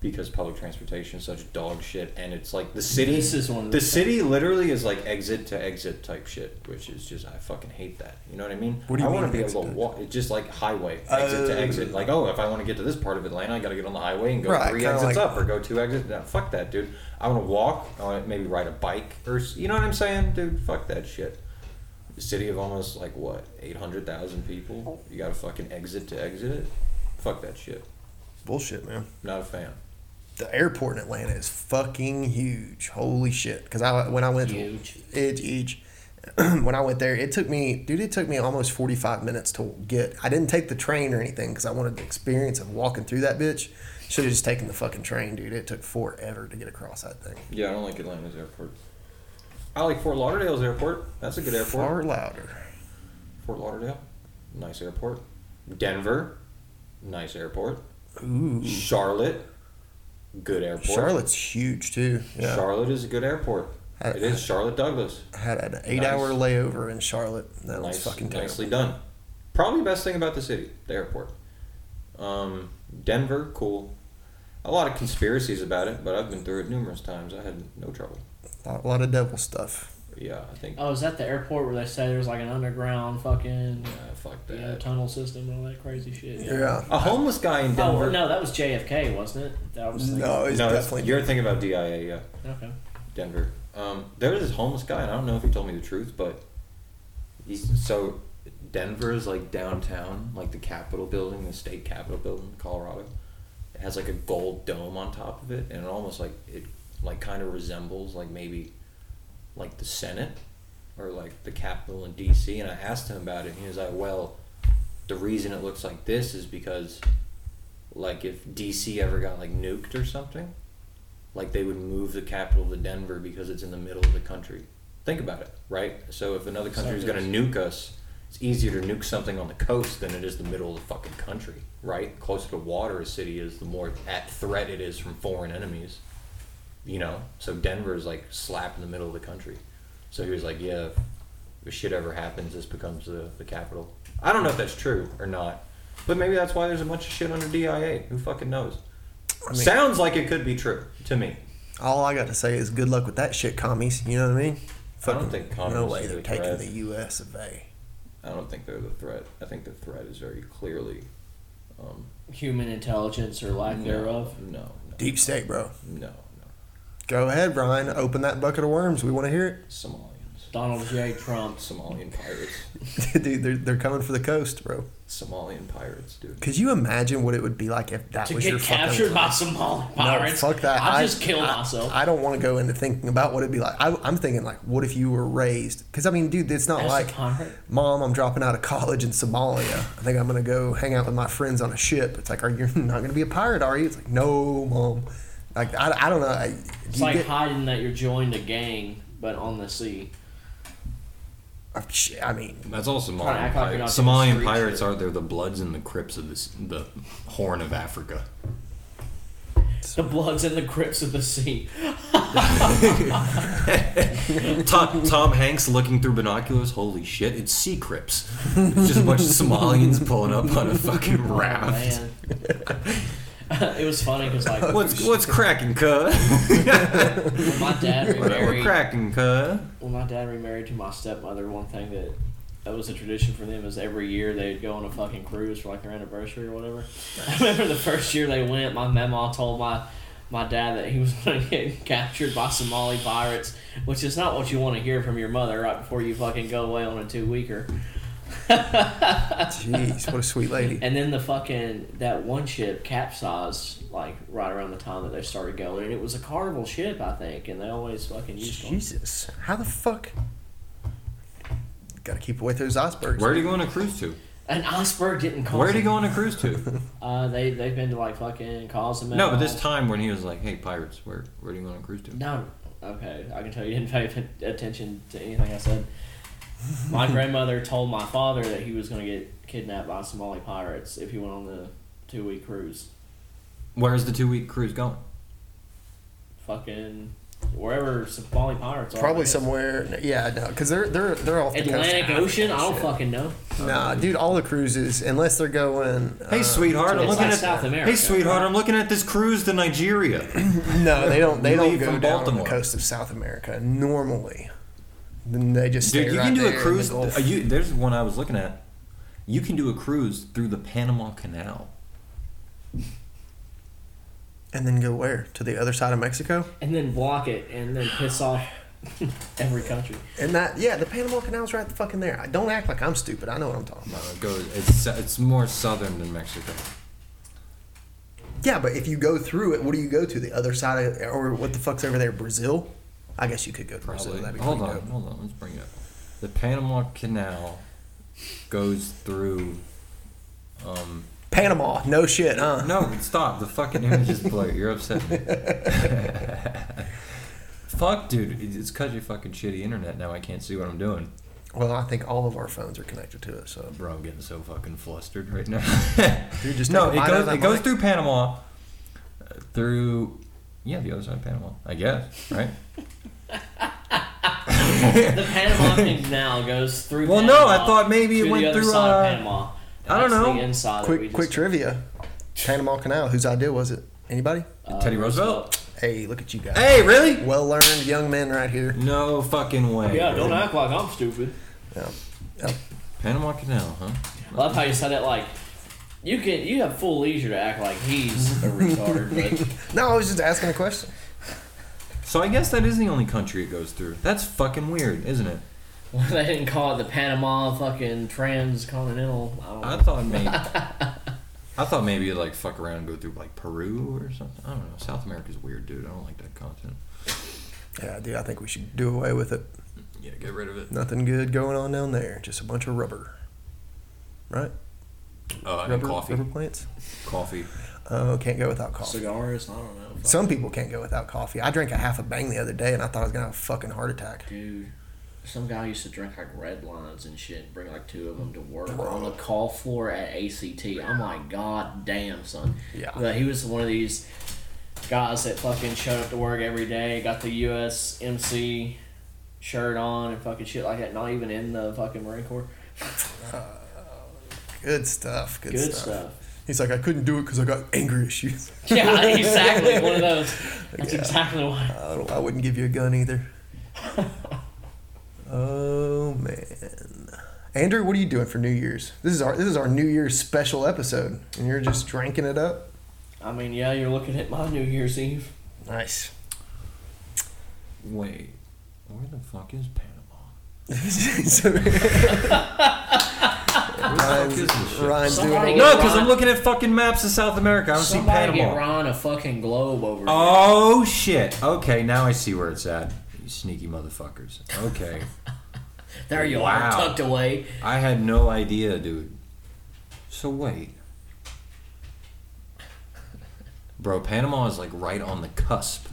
Speaker 2: because public transportation is such dog shit, and it's like the city.
Speaker 3: This is one of
Speaker 2: the
Speaker 3: the-
Speaker 2: city literally is like exit to exit type shit, which is just I fucking hate that. You know what I mean?
Speaker 1: What do you
Speaker 2: I
Speaker 1: mean,
Speaker 2: want to be able
Speaker 1: exit
Speaker 2: to
Speaker 1: to-
Speaker 2: walk. It's just like highway exit to
Speaker 1: Oh.
Speaker 2: exit. Like oh, if I want to get to this part of Atlanta, I got to get on the highway and go
Speaker 1: Right,
Speaker 2: three
Speaker 1: kinda
Speaker 2: exits
Speaker 1: like-
Speaker 2: up or go two exits. No, fuck that, dude. I want to walk. I want to maybe ride a bike or s- you know what I'm saying, dude. Fuck that shit city of almost like what 800,000 people you gotta fucking exit to exit it fuck that shit
Speaker 1: bullshit, man.
Speaker 2: not a fan
Speaker 1: The airport in Atlanta is fucking huge. Holy shit. Because I, when I went
Speaker 3: Huge.
Speaker 1: to it, huge. when I went there, it took me, dude, it took me almost 45 minutes to get, I didn't take the train or anything because I wanted the experience of walking through that bitch. Should have just taken the fucking train, dude. It took forever to get across that thing.
Speaker 2: yeah I don't like Atlanta's airport I like Fort Lauderdale's airport that's a good airport
Speaker 1: Far louder.
Speaker 2: Fort Lauderdale nice airport Denver nice airport
Speaker 1: Ooh.
Speaker 2: Charlotte good airport
Speaker 1: Charlotte's huge too. Yeah.
Speaker 2: Charlotte is a good airport
Speaker 1: I-
Speaker 2: it is Charlotte Douglas
Speaker 1: I had an eight hour layover in Charlotte. That was
Speaker 2: Nice,
Speaker 1: fucking terrible.
Speaker 2: nicely done. Probably best thing about the city, the airport. Um, Denver, cool. A lot of conspiracies about it, but I've been through it numerous times. I had no trouble.
Speaker 1: A lot, lot of devil stuff.
Speaker 2: Yeah, I think.
Speaker 3: Oh, is that the airport where they say there's like an underground fucking
Speaker 2: Uh, fuck
Speaker 3: you know,
Speaker 2: that.
Speaker 3: tunnel system and all that crazy shit?
Speaker 1: Yeah.
Speaker 2: A homeless guy in
Speaker 3: Oh
Speaker 2: Denver.
Speaker 3: no, that was JFK, wasn't it? That was thinking-
Speaker 1: No, it's
Speaker 2: no, that's-
Speaker 1: Oh, definitely.
Speaker 2: you're thinking about DIA, yeah,
Speaker 3: okay.
Speaker 2: Denver. Um, there was this homeless guy, and I don't know if he told me the truth, but he's so Denver is like downtown, like the Capitol building, the state Capitol building, in Colorado. It has like a gold dome on top of it, and it almost like it like kind of resembles like maybe like the Senate or like the Capitol in D.C. And I asked him about it, and he was like, "Well, the reason it looks like this is because like if D.C. ever got like nuked or something, like they would move the capital to Denver because it's in the middle of the country. Think about it, right? So if another country is going to nuke us, it's easier to nuke something on the coast than it is the middle of the fucking country, right? Closer to water a city is, the more at threat it is from foreign enemies. You know, so Denver is like slap in the middle of the country. So he was like, "Yeah, if shit ever happens, this becomes the the capital." I don't know if that's true or not, but maybe that's why there's a bunch of shit under DIA. Who fucking knows?
Speaker 1: I mean-
Speaker 2: Sounds like it could be true to me.
Speaker 1: All I got to say is good luck with that shit, commies. You know what I mean?
Speaker 2: I don't think
Speaker 1: No
Speaker 2: commies
Speaker 1: way
Speaker 2: is
Speaker 1: they're
Speaker 2: a
Speaker 1: taking
Speaker 2: threat.
Speaker 1: the U.S. of A.
Speaker 2: I don't think they're the threat. I think the threat is very clearly um,
Speaker 3: Human intelligence or lack
Speaker 2: no,
Speaker 3: thereof.
Speaker 2: No, no,
Speaker 1: Deep state, bro.
Speaker 2: no, no.
Speaker 1: Go ahead, Brian. Open that bucket of worms. We want to hear
Speaker 2: Somalians,
Speaker 3: Donald J. Trump.
Speaker 2: Somalian pirates,
Speaker 1: it. Dude, they're, they're coming for the coast, bro.
Speaker 2: Somalian pirates, dude.
Speaker 1: Could you imagine what it would be like if that
Speaker 3: To
Speaker 1: was your
Speaker 3: get captured
Speaker 1: fucking...
Speaker 3: by Somali
Speaker 1: No,
Speaker 3: pirates.
Speaker 1: fuck that.
Speaker 3: I'll
Speaker 1: I-
Speaker 3: just kill
Speaker 1: I-
Speaker 3: myself.
Speaker 1: I don't want to go into thinking about what it'd be like. I, I'm thinking like, what if you were raised? Because I mean, dude, it's not
Speaker 3: As a
Speaker 1: like,
Speaker 3: pirate?
Speaker 1: mom, I'm dropping out of college in Somalia. I think I'm gonna go hang out with my friends on a ship. It's like, are you not gonna be a pirate? Are you? It's like, no, mom. Like, I, I don't know. I,
Speaker 3: it's
Speaker 1: you
Speaker 3: like
Speaker 1: get-
Speaker 3: hiding that you're joined a gang, but on the sea.
Speaker 1: Oh, shit, I mean,
Speaker 2: That's all
Speaker 3: Trying to act like you're not doing
Speaker 2: Somalian
Speaker 3: street
Speaker 2: pirates
Speaker 3: shit.
Speaker 2: are they're the Bloods and the Crips of this, the Horn of Africa.
Speaker 3: The Bloods and the Crips of the Sea.
Speaker 2: Tom, Tom Hanks looking through binoculars. Holy shit! It's sea crips. It's just a bunch of Somalians pulling up on a fucking
Speaker 3: Oh,
Speaker 2: raft.
Speaker 3: man. it was funny because like
Speaker 2: what's what's cracking, cuz?
Speaker 3: when my dad
Speaker 2: We're
Speaker 3: remarried,
Speaker 2: cracking, cuz.
Speaker 3: when my dad remarried to my stepmother, one thing that that was a tradition for them is every year they'd go on a fucking cruise for like their anniversary or whatever. I remember the first year they went, my mama told my my dad that he was going to get captured by Somali pirates, which is not what you want to hear from your mother right before you fucking go away on a two weeker.
Speaker 1: Jeez, what a sweet lady.
Speaker 3: And then the fucking that one ship capsized like right around the time that they started going, and it was a carnival ship, I think, and they always fucking used one.
Speaker 1: Jesus, how the fuck? Got to keep away those icebergs.
Speaker 2: Where are you going on a cruise to?
Speaker 3: An iceberg didn't cause.
Speaker 2: Where would he
Speaker 3: it.
Speaker 2: go on a cruise to?
Speaker 3: Uh, they they've been to like fucking Cozumel.
Speaker 2: No, but this time when he was like, "Hey, pirates, where where do you go on a cruise to?"
Speaker 3: No, okay, I can tell you didn't pay atten- attention to anything I said. My grandmother told my father that he was going to get kidnapped by Somali pirates if he went on the two week cruise.
Speaker 2: Where's the two week cruise going?
Speaker 3: Fucking wherever Somali pirates are. I
Speaker 1: Probably
Speaker 3: guess.
Speaker 1: somewhere. Yeah, no, because they're they're they're off the
Speaker 3: Atlantic
Speaker 1: coast.
Speaker 3: Ocean. I don't
Speaker 1: Shit.
Speaker 3: fucking know.
Speaker 1: Nah, dude, all the cruises unless they're going.
Speaker 2: Hey,
Speaker 1: uh,
Speaker 2: sweetheart, I'm
Speaker 3: It's
Speaker 2: looking
Speaker 3: like
Speaker 2: at
Speaker 3: South America.
Speaker 2: Hey, sweetheart, I'm looking at this cruise to Nigeria.
Speaker 1: No, they don't. They don't
Speaker 2: Leave
Speaker 1: go
Speaker 2: from
Speaker 1: down on the
Speaker 2: Baltimore.
Speaker 1: coast of South America normally. Then they just stay
Speaker 2: Dude, you
Speaker 1: right
Speaker 2: can do
Speaker 1: there
Speaker 2: a
Speaker 1: in the
Speaker 2: cruise.
Speaker 1: Gulf.
Speaker 2: uh, you, there's one I was looking at. You can do a cruise through the Panama Canal.
Speaker 1: and then go where to the other side of Mexico?
Speaker 3: And then block it, and then piss off every country.
Speaker 1: And that yeah, the Panama Canal's right fucking there. I don't act like I'm stupid. I know what I'm talking about.
Speaker 2: No, it goes. It's it's more southern than Mexico.
Speaker 1: Yeah, but if you go through it, what do you go to the other side of or what the fuck's over there? Brazil? I guess you could go to Brazil.
Speaker 2: Probably.
Speaker 1: That'd be
Speaker 2: hold
Speaker 1: pretty
Speaker 2: on,
Speaker 1: dope.
Speaker 2: hold on. Let's bring it up. The Panama Canal goes through. Um,
Speaker 1: Panama, no shit, huh?
Speaker 2: no, stop. The fucking image is blurry. You're upset. Fuck, dude. it- It's because your fucking shitty internet now. I can't see what I'm doing.
Speaker 1: Well, I think all of our phones are connected to it, so
Speaker 2: Bro, I'm getting so fucking flustered right now.
Speaker 1: Dude, just
Speaker 2: no,
Speaker 1: take a
Speaker 2: it
Speaker 1: bite out of
Speaker 2: goes
Speaker 1: that
Speaker 2: it goes
Speaker 1: mic.
Speaker 2: through Panama, uh, through yeah the other side of Panama, I guess, right?
Speaker 3: The Panama Canal goes through.
Speaker 2: Well, no, I
Speaker 3: Panama
Speaker 2: thought maybe it
Speaker 3: to
Speaker 2: went
Speaker 3: the other
Speaker 2: through,
Speaker 3: Side of
Speaker 2: uh,
Speaker 3: Panama.
Speaker 2: I don't
Speaker 3: That's
Speaker 2: know.
Speaker 3: The inside that we
Speaker 1: Quick
Speaker 3: just-
Speaker 1: quick trivia. Panama Canal, whose idea was it? Anybody?
Speaker 3: uh,
Speaker 2: Teddy Roosevelt.
Speaker 1: Hey, look at you guys.
Speaker 2: Hey, really?
Speaker 1: Well learned young men right here.
Speaker 2: No fucking way.
Speaker 3: Yeah, don't act like I'm stupid.
Speaker 1: Yeah.
Speaker 2: Panama Canal, huh?
Speaker 3: I love how you said it. Like you can, you have full leisure to act like he's a retard. But
Speaker 1: No, I was just asking a question.
Speaker 2: So I guess that is the only country it goes through. That's fucking weird, isn't it?
Speaker 3: why they didn't call it the Panama fucking transcontinental. I don't know.
Speaker 2: I thought maybe. I thought maybe you'd like fuck around and go through like Peru or something. I don't know. South America's weird, dude. I don't like that continent.
Speaker 1: Yeah, dude, I think we should do away with it.
Speaker 2: Yeah, get rid of it.
Speaker 1: Nothing good going on down there. Just a bunch of rubber. Right?
Speaker 2: Uh, and
Speaker 1: Rubber,
Speaker 2: coffee.
Speaker 1: rubber plants?
Speaker 2: Coffee.
Speaker 1: Oh, can't go without coffee.
Speaker 3: Cigars. I don't know.
Speaker 1: Some people can't go without coffee. I drank a half a bang the other day and I thought I was going to have a fucking heart attack.
Speaker 3: Dude, some guy used to drink like red lines and shit, and bring like two of them to work on the call floor at ACT. I'm like, God damn, son.
Speaker 1: Yeah.
Speaker 3: But he was one of these guys that fucking showed up to work every day, got the USMC shirt on and fucking shit like that, not even in the fucking Marine Corps.
Speaker 1: Good stuff. Good,
Speaker 3: Good
Speaker 1: stuff.
Speaker 3: stuff.
Speaker 1: He's like, I couldn't do it because I got anger issues.
Speaker 3: yeah, exactly. One of those. That's exactly why.
Speaker 1: I, don't, I wouldn't give you a gun either. oh, man. Andrew, what are you doing for New Year's? This is our this is our New Year's special episode, and you're just drinking it up.
Speaker 3: I mean, yeah, you're looking at my New Year's Eve.
Speaker 1: Nice.
Speaker 2: Wait, where the fuck is Panama?
Speaker 1: So-
Speaker 2: Where the fuck is this
Speaker 1: Ryan's,
Speaker 2: shit?
Speaker 1: Ryan's doing
Speaker 3: Somebody
Speaker 1: it.
Speaker 2: No, because I'm looking at fucking maps of South America. I don't see
Speaker 3: Somebody get
Speaker 2: Panama.
Speaker 3: Ron a fucking globe over. here.
Speaker 2: Oh shit. Okay, now I see where it's at. You sneaky motherfuckers. Okay,
Speaker 3: there you are,
Speaker 2: wow.
Speaker 3: tucked away.
Speaker 2: I had no idea, dude. So wait, bro. Panama is like right on the cusp.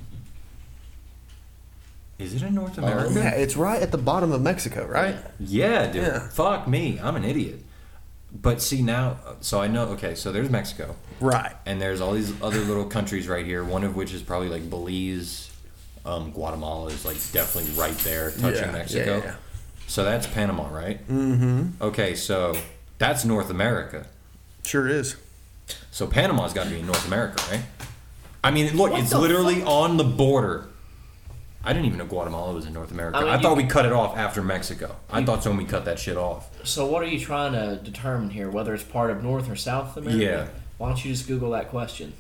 Speaker 2: Is it in North America?
Speaker 1: Yeah, it's right at the bottom of Mexico, right?
Speaker 2: Yeah, dude.
Speaker 1: Yeah.
Speaker 2: Fuck me. I'm an idiot. But see now, so I know. Okay, so there's Mexico.
Speaker 1: Right.
Speaker 2: and there's all these other little countries right here. One of which is probably like Belize, Um, Guatemala is like definitely right there, touching
Speaker 1: Yeah,
Speaker 2: Mexico.
Speaker 1: yeah, yeah.
Speaker 2: So that's Panama, right?
Speaker 1: Mm-hmm.
Speaker 2: Okay, so that's North America.
Speaker 1: Sure is.
Speaker 2: So Panama's got to be in North America, right? I mean, look,
Speaker 3: What
Speaker 2: it's
Speaker 3: the
Speaker 2: literally on the border. I didn't even know Guatemala was in North America.
Speaker 3: I
Speaker 2: I,
Speaker 3: mean, you-
Speaker 2: thought we cut it off after Mexico. I thought so when we cut that shit off.
Speaker 3: So what are you trying to determine here? Whether it's part of North or South America?
Speaker 2: Yeah.
Speaker 3: Why don't you just Google that question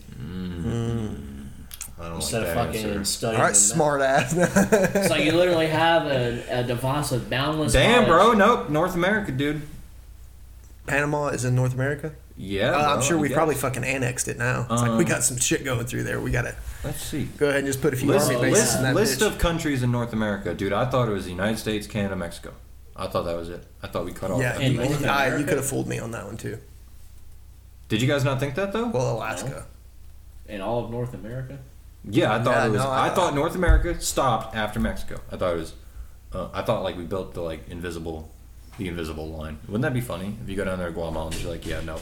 Speaker 2: I don't
Speaker 3: instead
Speaker 2: like
Speaker 3: of
Speaker 2: that
Speaker 3: fucking
Speaker 2: answer.
Speaker 3: studying?
Speaker 1: All right,
Speaker 3: the-
Speaker 1: smart ass.
Speaker 3: So you literally have a, a device of boundless.
Speaker 2: Damn, bro.
Speaker 3: knowledge.
Speaker 2: Nope. North America, dude.
Speaker 1: Panama is in North America.
Speaker 2: Yeah.
Speaker 1: Uh, I'm
Speaker 2: bro,
Speaker 1: sure
Speaker 2: I
Speaker 1: we
Speaker 2: guess.
Speaker 1: probably fucking annexed it now. It's like we
Speaker 2: Um,
Speaker 1: got some shit going through there. We gotta
Speaker 2: Let's see.
Speaker 1: go ahead and just put a few
Speaker 2: List,
Speaker 1: army bases
Speaker 2: list,
Speaker 1: in that
Speaker 2: list
Speaker 1: bitch.
Speaker 2: of countries in North America, dude. I thought it was the United States, Canada, Mexico. I thought that was it. I thought we cut off.
Speaker 1: yeah,
Speaker 2: that.
Speaker 3: in
Speaker 1: you,
Speaker 3: North
Speaker 1: I, you
Speaker 3: America?
Speaker 1: could have fooled me on that one too.
Speaker 2: Did you guys not think that though?
Speaker 1: Well, Alaska.
Speaker 3: In all of North America.
Speaker 2: Yeah, I thought
Speaker 1: Yeah,
Speaker 2: it was.
Speaker 1: no, I-
Speaker 2: I, thought North America stopped after Mexico. I thought it was. Uh, I thought like we built the like invisible, the invisible line. Wouldn't that be funny if you go down there to Guatemala and you're like, yeah, no,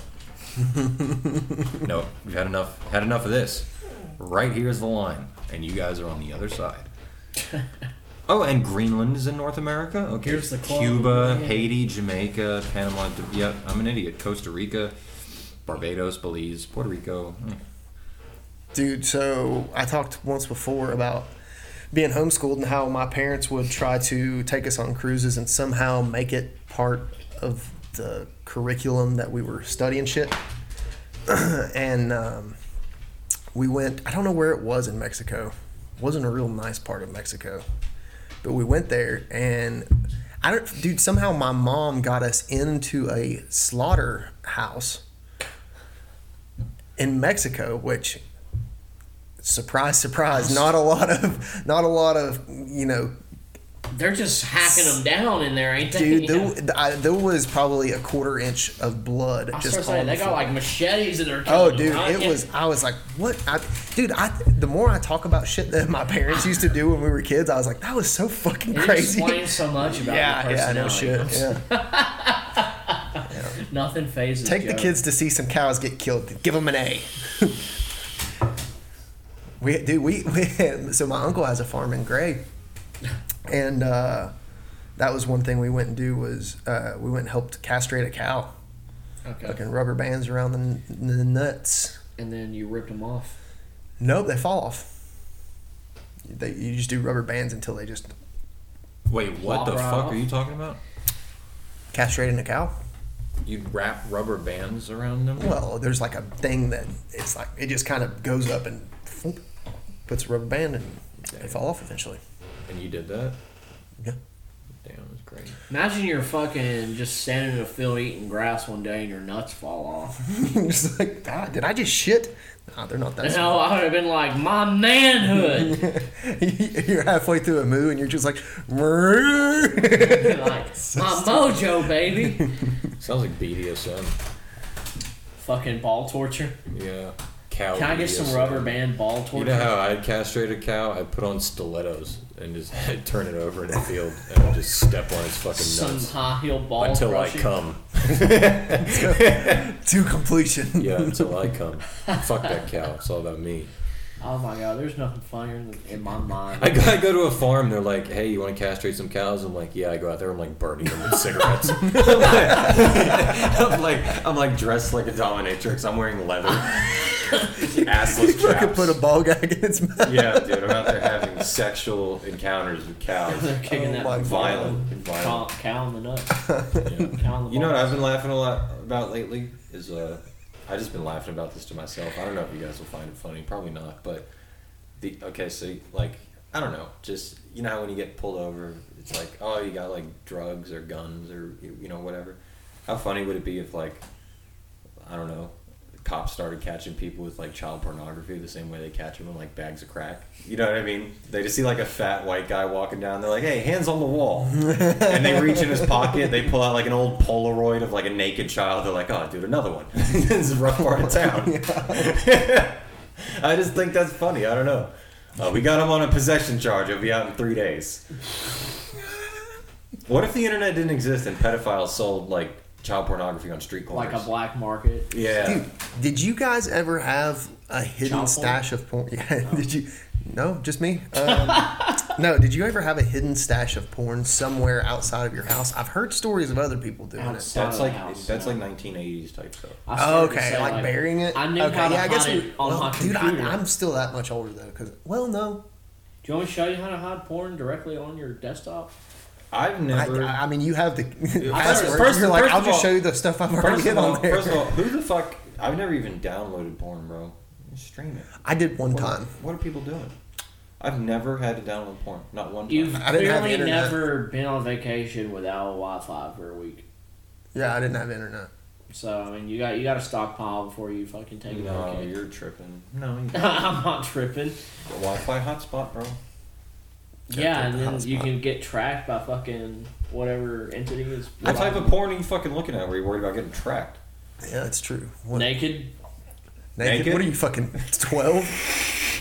Speaker 2: no, we've had enough. Had enough of this. Right here is the line, and you guys are on the other side. Oh, and Greenland is in North America. Okay,
Speaker 3: Here's the club.
Speaker 2: Cuba,
Speaker 3: Yeah.
Speaker 2: Haiti, Jamaica, Panama. D- Yep, I'm an idiot. Costa Rica, Barbados, Belize, Puerto Rico. Mm.
Speaker 1: Dude, so I talked once before about being homeschooled and how my parents would try to take us on cruises and somehow make it part of the curriculum that we were studying shit. and um, we went, I don't know where it was in Mexico. wasn't a real nice part of Mexico. But we went there and I don't, dude, somehow my mom got us into a slaughter house in Mexico, which surprise, surprise, not a lot of, not a lot of, you know,
Speaker 3: They're just hacking them down in there, ain't they?
Speaker 1: dude, there, I, there was probably a quarter inch of blood
Speaker 3: I
Speaker 1: just
Speaker 3: start
Speaker 1: on
Speaker 3: saying
Speaker 1: the
Speaker 3: they got
Speaker 1: floor.
Speaker 3: like machetes in their.
Speaker 1: Oh, dude, it was. I was like, "What, I, dude?" I the more I talk about shit that my parents used to do when we were kids, I was like, "That was so fucking
Speaker 3: It
Speaker 1: crazy."
Speaker 3: explains so much about
Speaker 1: Yeah,
Speaker 3: your
Speaker 1: yeah, no
Speaker 3: personality.
Speaker 1: shit. Yeah.
Speaker 3: Nothing phases.
Speaker 1: Take the
Speaker 3: Joe.
Speaker 1: kids to see some cows get killed. Give them an A. we, dude, we, we, so my uncle has a farm in Gray, and uh, that was one thing we went and do was uh, we went and helped castrate a cow,
Speaker 3: Okay.
Speaker 1: fucking rubber bands around the, n- the nuts.
Speaker 3: And then you ripped them off.
Speaker 1: Nope, they fall off. They, you just do rubber bands until they just
Speaker 2: Wait, what the
Speaker 3: Walk right
Speaker 2: fuck
Speaker 3: off.
Speaker 2: are you talking about?
Speaker 1: castrating a cow.
Speaker 2: You wrap rubber bands around them.
Speaker 1: Well, there's like a thing that it's like it just kind of goes up and thump, puts a rubber band and they fall off eventually.
Speaker 2: And you did that.
Speaker 1: Yeah.
Speaker 2: Damn, it's great.
Speaker 3: Imagine you're fucking just standing in a field eating grass one day and your nuts fall off.
Speaker 1: it's like, God, did I just shit? Nah, they're not that.
Speaker 3: You know, I would have been like, my manhood.
Speaker 1: you're halfway through a moo and you're just like, "Rrrr."
Speaker 3: like, my mojo, baby.
Speaker 2: Sounds like BDSM.
Speaker 3: fucking ball torture.
Speaker 2: Yeah. Cow.
Speaker 3: Can I get some
Speaker 2: BDSM.
Speaker 3: rubber band ball
Speaker 2: Oh, You
Speaker 3: torture?
Speaker 2: know how I'd castrate a cow? I'd put on stilettos and just I'd turn it over in the field and I'd just step on its fucking
Speaker 3: Some
Speaker 2: nuts
Speaker 3: high heel ball
Speaker 2: until
Speaker 3: crushing.
Speaker 2: I come.
Speaker 1: to completion.
Speaker 2: Yeah, until I come. Fuck that cow. It's all about me.
Speaker 3: Oh my god, there's nothing funnier in, the, in my mind.
Speaker 2: I go, I go to a farm. They're like, "Hey, you want to castrate some cows?" I'm like, "Yeah." I go out there. I'm like burning them with cigarettes. I'm, like, I'm like, I'm like dressed like a dominatrix. I'm wearing leather,
Speaker 1: You
Speaker 2: assless
Speaker 1: fucking
Speaker 2: chaps.
Speaker 1: put a ball gag in its mouth.
Speaker 2: yeah, dude. I'm out there having sexual encounters with cows.
Speaker 3: They're kicking
Speaker 1: Oh
Speaker 3: that
Speaker 1: my
Speaker 2: Violent,
Speaker 3: Cow,
Speaker 2: violent.
Speaker 3: cow in the nuts.
Speaker 2: yeah.
Speaker 3: Cow in the
Speaker 2: You know what
Speaker 3: balls.
Speaker 2: I've been laughing a lot about lately is uh, I just been laughing about this to myself. I don't know if you guys will find it funny, probably not, but the okay, so like I don't know, just you know how when you get pulled over, it's like oh you got like drugs or guns or you you know whatever. How funny would it be if like I don't know, the cops started catching people with like child pornography the same way they catch them in like bags of crack. You know what I mean? They just see like a fat white guy walking down. They're like, "Hey, hands on the wall," and they reach in his pocket. They pull out like an old Polaroid of like a naked child. They're like, "Oh, dude, another one." this is a rough part of town. I just think that's funny. I don't know. Uh, we got him on a possession charge. He'll be out in three days. What if the internet didn't exist and pedophiles sold like child pornography on street corners.
Speaker 3: like a black market.
Speaker 2: yeah.
Speaker 1: Dude, did you guys ever have a hidden
Speaker 3: Child porn?
Speaker 1: stash of porn? Yeah. Did you? No, just me. Um, no, did you ever have a hidden stash of porn somewhere outside of your house? I've heard stories of other people doing it.
Speaker 3: Outside
Speaker 2: That's
Speaker 3: of the
Speaker 2: like
Speaker 3: house.
Speaker 2: that's like 1980s type stuff.
Speaker 3: I
Speaker 1: Oh,
Speaker 3: started to
Speaker 1: okay,
Speaker 3: say,
Speaker 1: like, burying it.
Speaker 3: I knew
Speaker 1: okay,
Speaker 3: how to
Speaker 1: yeah, I guess
Speaker 3: hide
Speaker 1: we-
Speaker 3: it on
Speaker 1: well,
Speaker 3: my
Speaker 1: dude,
Speaker 3: computer.
Speaker 1: I, I'm still that much older though, because well, no,
Speaker 3: Do you want me to show you how to hide porn directly on your desktop?
Speaker 2: I've
Speaker 1: I,
Speaker 2: never.
Speaker 1: I, I mean you have the
Speaker 2: I-
Speaker 1: password.
Speaker 2: first-
Speaker 1: You're like,
Speaker 2: first
Speaker 1: I'll
Speaker 2: of
Speaker 1: just
Speaker 2: all-
Speaker 1: show you the stuff I've already
Speaker 2: first,
Speaker 1: hit
Speaker 2: of all,
Speaker 1: on there.
Speaker 2: first of all, who the fuck? I've never even downloaded porn, bro. You Stream it.
Speaker 1: I did one
Speaker 2: What,
Speaker 1: time.
Speaker 2: what are people doing? I've never had to download porn. Not one time.
Speaker 3: You've
Speaker 1: I didn't have
Speaker 3: clearly
Speaker 1: internet.
Speaker 3: never been on vacation without Wi-Fi for a week.
Speaker 1: Yeah, I didn't have internet.
Speaker 3: So I mean, you got you got to stockpile before you fucking take a
Speaker 2: no,
Speaker 3: vacation.
Speaker 2: Oh, you're tripping. No, you
Speaker 3: I'm not tripping.
Speaker 2: Wi-Fi hotspot, bro.
Speaker 1: Yeah,
Speaker 3: yeah, and
Speaker 1: take the
Speaker 3: then you
Speaker 1: hotspot.
Speaker 3: can get tracked by fucking whatever entity is.
Speaker 2: What type of porn are you fucking looking at? Where you worried about getting tracked?
Speaker 1: Yeah, that's true. What,
Speaker 3: Naked.
Speaker 1: naked?
Speaker 2: naked?
Speaker 1: What are you fucking twelve?